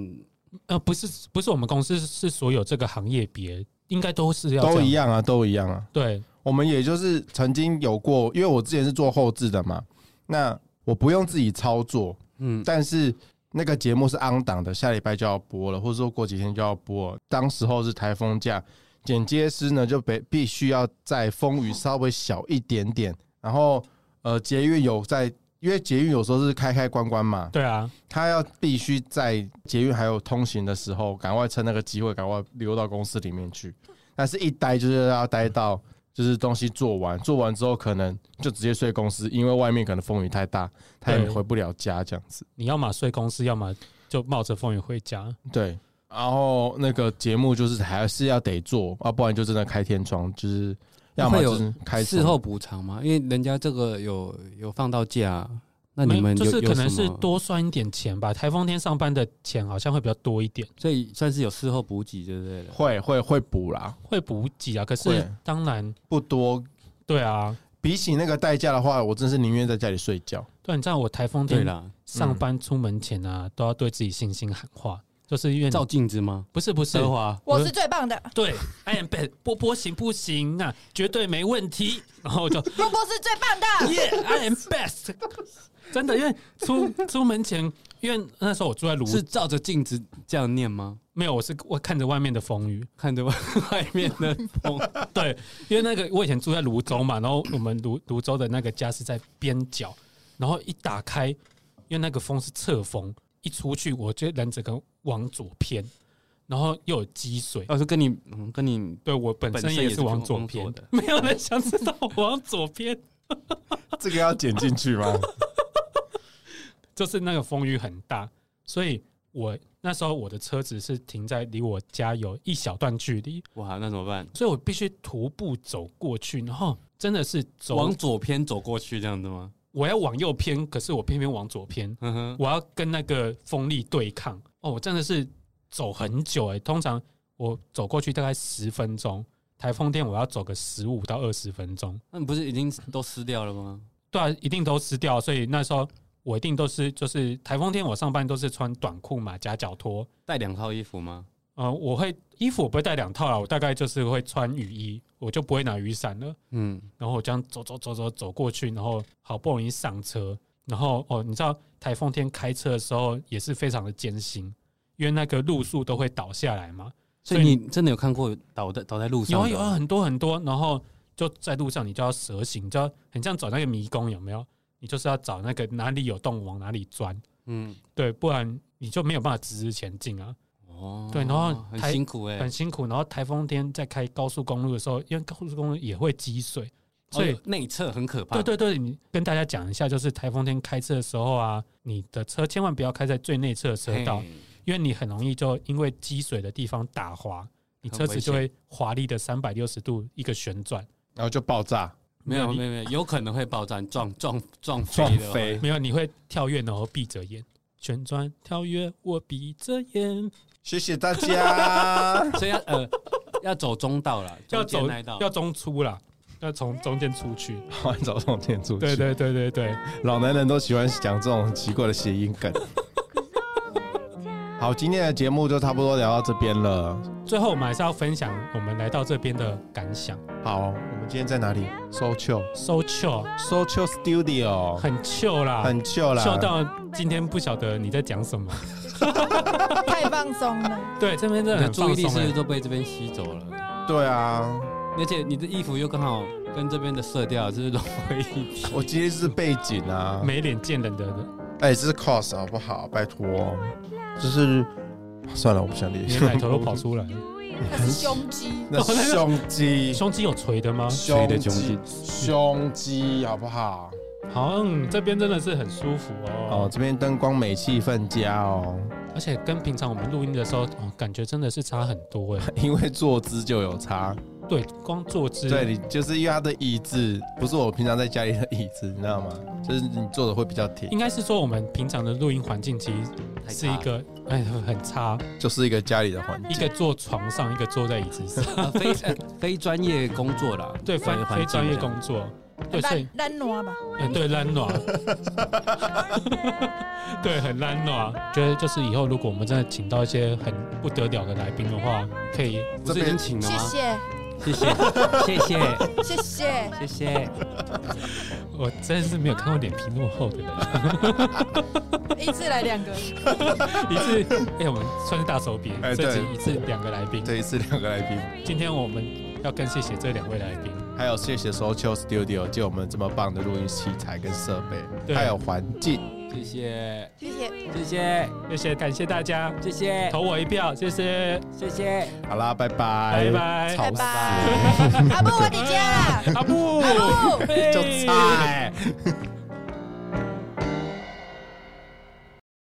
S2: 呃，不是不是我们公司是所有这个行业别应该都是要这
S3: 都一。样啊，都一样啊。
S2: 对，
S3: 我们也就是曾经有过，因为我之前是做后置的嘛，那我不用自己操作，
S1: 嗯，
S3: 但是那个节目是 on 档的，下礼拜就要播了，或者说过几天就要播了。当时候是台风假，剪接师呢就必必须要在风雨稍微小一点点，然后呃捷运有在，因为捷运有时候是开开关关嘛，
S2: 对啊，
S3: 他要必须在捷运还有通行的时候，赶快趁那个机会赶快溜到公司里面去。但是，一待就是要待到就是东西做完，做完之后可能就直接睡公司，因为外面可能风雨太大，他也
S2: 对
S3: 回不了家这样子。
S2: 你要么睡公司，要么就冒着风雨回家。
S3: 对，然后那个节目就是还是要得做啊，不然就真的开天窗，就是要么
S1: 会
S3: 就
S1: 有
S3: 是开
S1: 事后补偿吗？因为人家这个有有放到假啊，那
S2: 没
S1: 你
S2: 有
S1: 们有
S2: 就是可能
S1: 有什
S2: 是
S1: 么
S2: 多算一点钱吧。台风天上班的钱好像会比较多一点，
S1: 所以算是有事后补给之类的。
S3: 会会会补啦，
S2: 会补给啊。可
S3: 会
S2: 是当然，
S3: 不多。
S2: 对啊，
S3: 比起那个代价的话，我真是宁愿在家里睡 觉。
S2: 对，啊你知道我台风
S1: 对
S2: 天
S1: 啦，
S2: 上班出门前啊，都要对自己信心喊话，就是因为你
S1: 照镜子吗？
S2: 不是不是
S1: 德，华，
S4: 我是最 棒的，
S2: 对，I am bad，波波行不行啊？绝对没问题。然后我就
S4: 波波是最棒的，
S2: Yeah，I am best。真 的，因为出出门前，因为那时候我住在泸，
S1: 是照着镜子这样念吗？
S2: 没有，我是我看着外面的风雨，
S1: 看着外外面 的风，
S2: 对，因为那个我以前住在泸州嘛，然后我们泸泸州的那个家是在边角，然后一打开，因为那个风是侧风，一出去我就人整个往左偏，然后又有积水。
S1: 我是跟你，嗯，跟你
S2: 对我本
S1: 本
S2: 身
S1: 身也
S2: 也
S1: 是
S2: 是往左
S1: 往左
S2: 偏
S1: 的，
S2: 没有人想知道我往左偏，
S3: 啊这个要剪进去吗？
S2: 就是那个风雨很大，所以我那时候我的车子是停在离我家有一小段距离，
S1: 哇，那怎么办？
S2: 所以我必须徒步走过去，然后真的是走
S1: 往，左偏走过去这样子吗？
S2: 我要往右偏，可是我偏偏往左偏，
S1: 嗯哼，
S2: 我要跟那个风力对抗。哦，我真的是走很久哎、通常我走过去大概十分钟，台风天我要走个十五到二十分钟。
S1: 那你不是已经都撕掉了吗？
S2: 对啊，一定都吃掉，所以那时候我一定都是就是台风天我上班都是穿短裤嘛，夹脚拖。
S1: 带两套衣服吗？
S2: 呃，我会衣服我不会带两套啦，我大概就是会穿雨衣，我就不会拿雨伞了。
S1: 嗯，
S2: 然后我这样走走走走走过去，然后好不容易上车，然后哦，你知道台风天开车的时候也是非常的艰辛，因为那个路树都会倒下来嘛。
S1: 所以你真的有看过倒在倒在路上
S2: 有啊
S1: 的？
S2: 有啊，很多很多，然后就在路上你就要蛇行，你就要很像找那个迷宫有没有？你就是要找那个哪里有洞往哪里钻，
S1: 嗯，
S2: 对，不然你就没有办法直直前进啊，
S1: 哦，
S2: 对然后
S1: 很
S2: 台
S1: 辛苦哎、
S2: 很辛苦。然后台风天在开高速公路的时候，因为高速公路也会积水，所以
S1: 哦内侧很可怕。
S2: 对，对对，你跟大家讲一下，就是台风天开车的时候啊，你的车千万不要开在最内侧的车道，因为你很容易就因为积水的地方打滑，你
S1: 很
S2: 车
S1: 危
S2: 子就
S1: 险
S2: 会华丽的三百六十度一个旋转。
S3: 然后就爆炸，
S1: 没有
S2: 你
S1: 没有没有，有可能会爆炸，撞撞撞
S3: 撞
S1: 飞的话。
S3: 飞。
S2: 没有，你会跳跃，然后闭着眼旋转跳跃，我闭着眼，
S3: 谢谢大家。
S1: 所以要呃 要走中道了，
S2: 要
S1: 中间
S2: 走
S1: 那一哎道
S2: 要中出啦，要从中间出去。
S3: 好，你找这种天出去。
S2: 对对对对对，
S3: 老男人都喜欢讲这种奇怪的谐音梗。好，今天的节目就差不多聊到这边了。
S2: 最后我们还是要分享我们来到这边的感想。
S3: 好，我们今天在哪里？Social
S2: So chill，
S3: Social Studio，
S2: 很 chill 啦，
S3: 很 chill 啦。
S2: 笑到今天不晓得你在讲什么。
S4: 太放松了。
S2: 对，这边真
S1: 你
S2: 的
S1: 的
S2: 很
S1: 注意力
S2: 放
S1: 是
S2: 松、
S1: 不是
S2: 欸。
S1: 都被这边吸走了？
S3: 对啊，
S1: 而且你的衣服又刚好跟这边的色调就是融为一体。
S3: 我今天是背景啊。
S2: 没脸 见人的，
S3: 哎，这是 cos 好不好？拜托，就是算了，我不想理。
S2: 连奶头都跑出来了。
S4: 那是胸肌，
S3: 那是胸肌，
S2: 胸肌有垂的吗？
S1: 谁的胸肌
S3: 肌，胸肌好不好？
S2: 好，嗯，这边真的是很舒服
S3: 哦
S2: 哦，。
S3: 这边灯光美，气氛佳哦。
S2: 而且跟平常我们录音的时候，哦，感觉真的是差很多 哎。
S3: 因为坐姿就有差，
S2: 对，光坐姿，
S3: 对你就是因为它的椅子不是我平常在家里的椅子，你知道吗？就是你坐的会比较挺，
S2: 应该是说我们平常的录音环境其实
S1: 太
S2: 是一
S1: 差
S2: 个哎很差，
S3: 就是一个家里的环
S2: 一
S3: 境。
S2: 个坐床上，一个坐在椅 子上。
S1: 呃非呃非专业工作啦，
S2: 对，非
S1: 环
S2: 非专业工
S1: 环境
S2: 作，对，所以
S4: 烂烂挪吧。
S2: 嗯，对，懒暖，对，很懒暖。觉得就是以后如果我们真的请到一些很不得了的来宾的话，可以
S1: 不是已经请了
S4: 谢
S1: 吗？谢
S4: 谢，
S1: 谢谢谢
S4: 谢谢。
S1: 谢谢，
S2: 我真的是没有看过脸皮那么厚的人，
S4: 一次来两个，
S2: 一次，哎、我们算是大手笔，
S3: 哎
S2: 这集
S3: 对
S2: 一次两个来宾。
S3: 这一次两个来宾，
S2: 今天我们要更谢谢这两位来宾，
S3: 还有谢谢 Social Studio 借我们这么棒的录音器材跟设备，
S2: 对
S3: 还有环境。
S1: 谢谢
S4: 谢谢。
S1: 谢谢
S2: 谢谢，感谢大家，
S1: 谢谢
S2: 投我一票，谢谢，
S1: 谢谢，
S3: 好啦，拜
S2: 拜
S3: 拜，
S2: 拜，
S3: 吵死，
S4: 拜阿布，我的家啦，
S2: 阿布，
S4: 阿布。
S2: 嘿
S3: 欸就菜。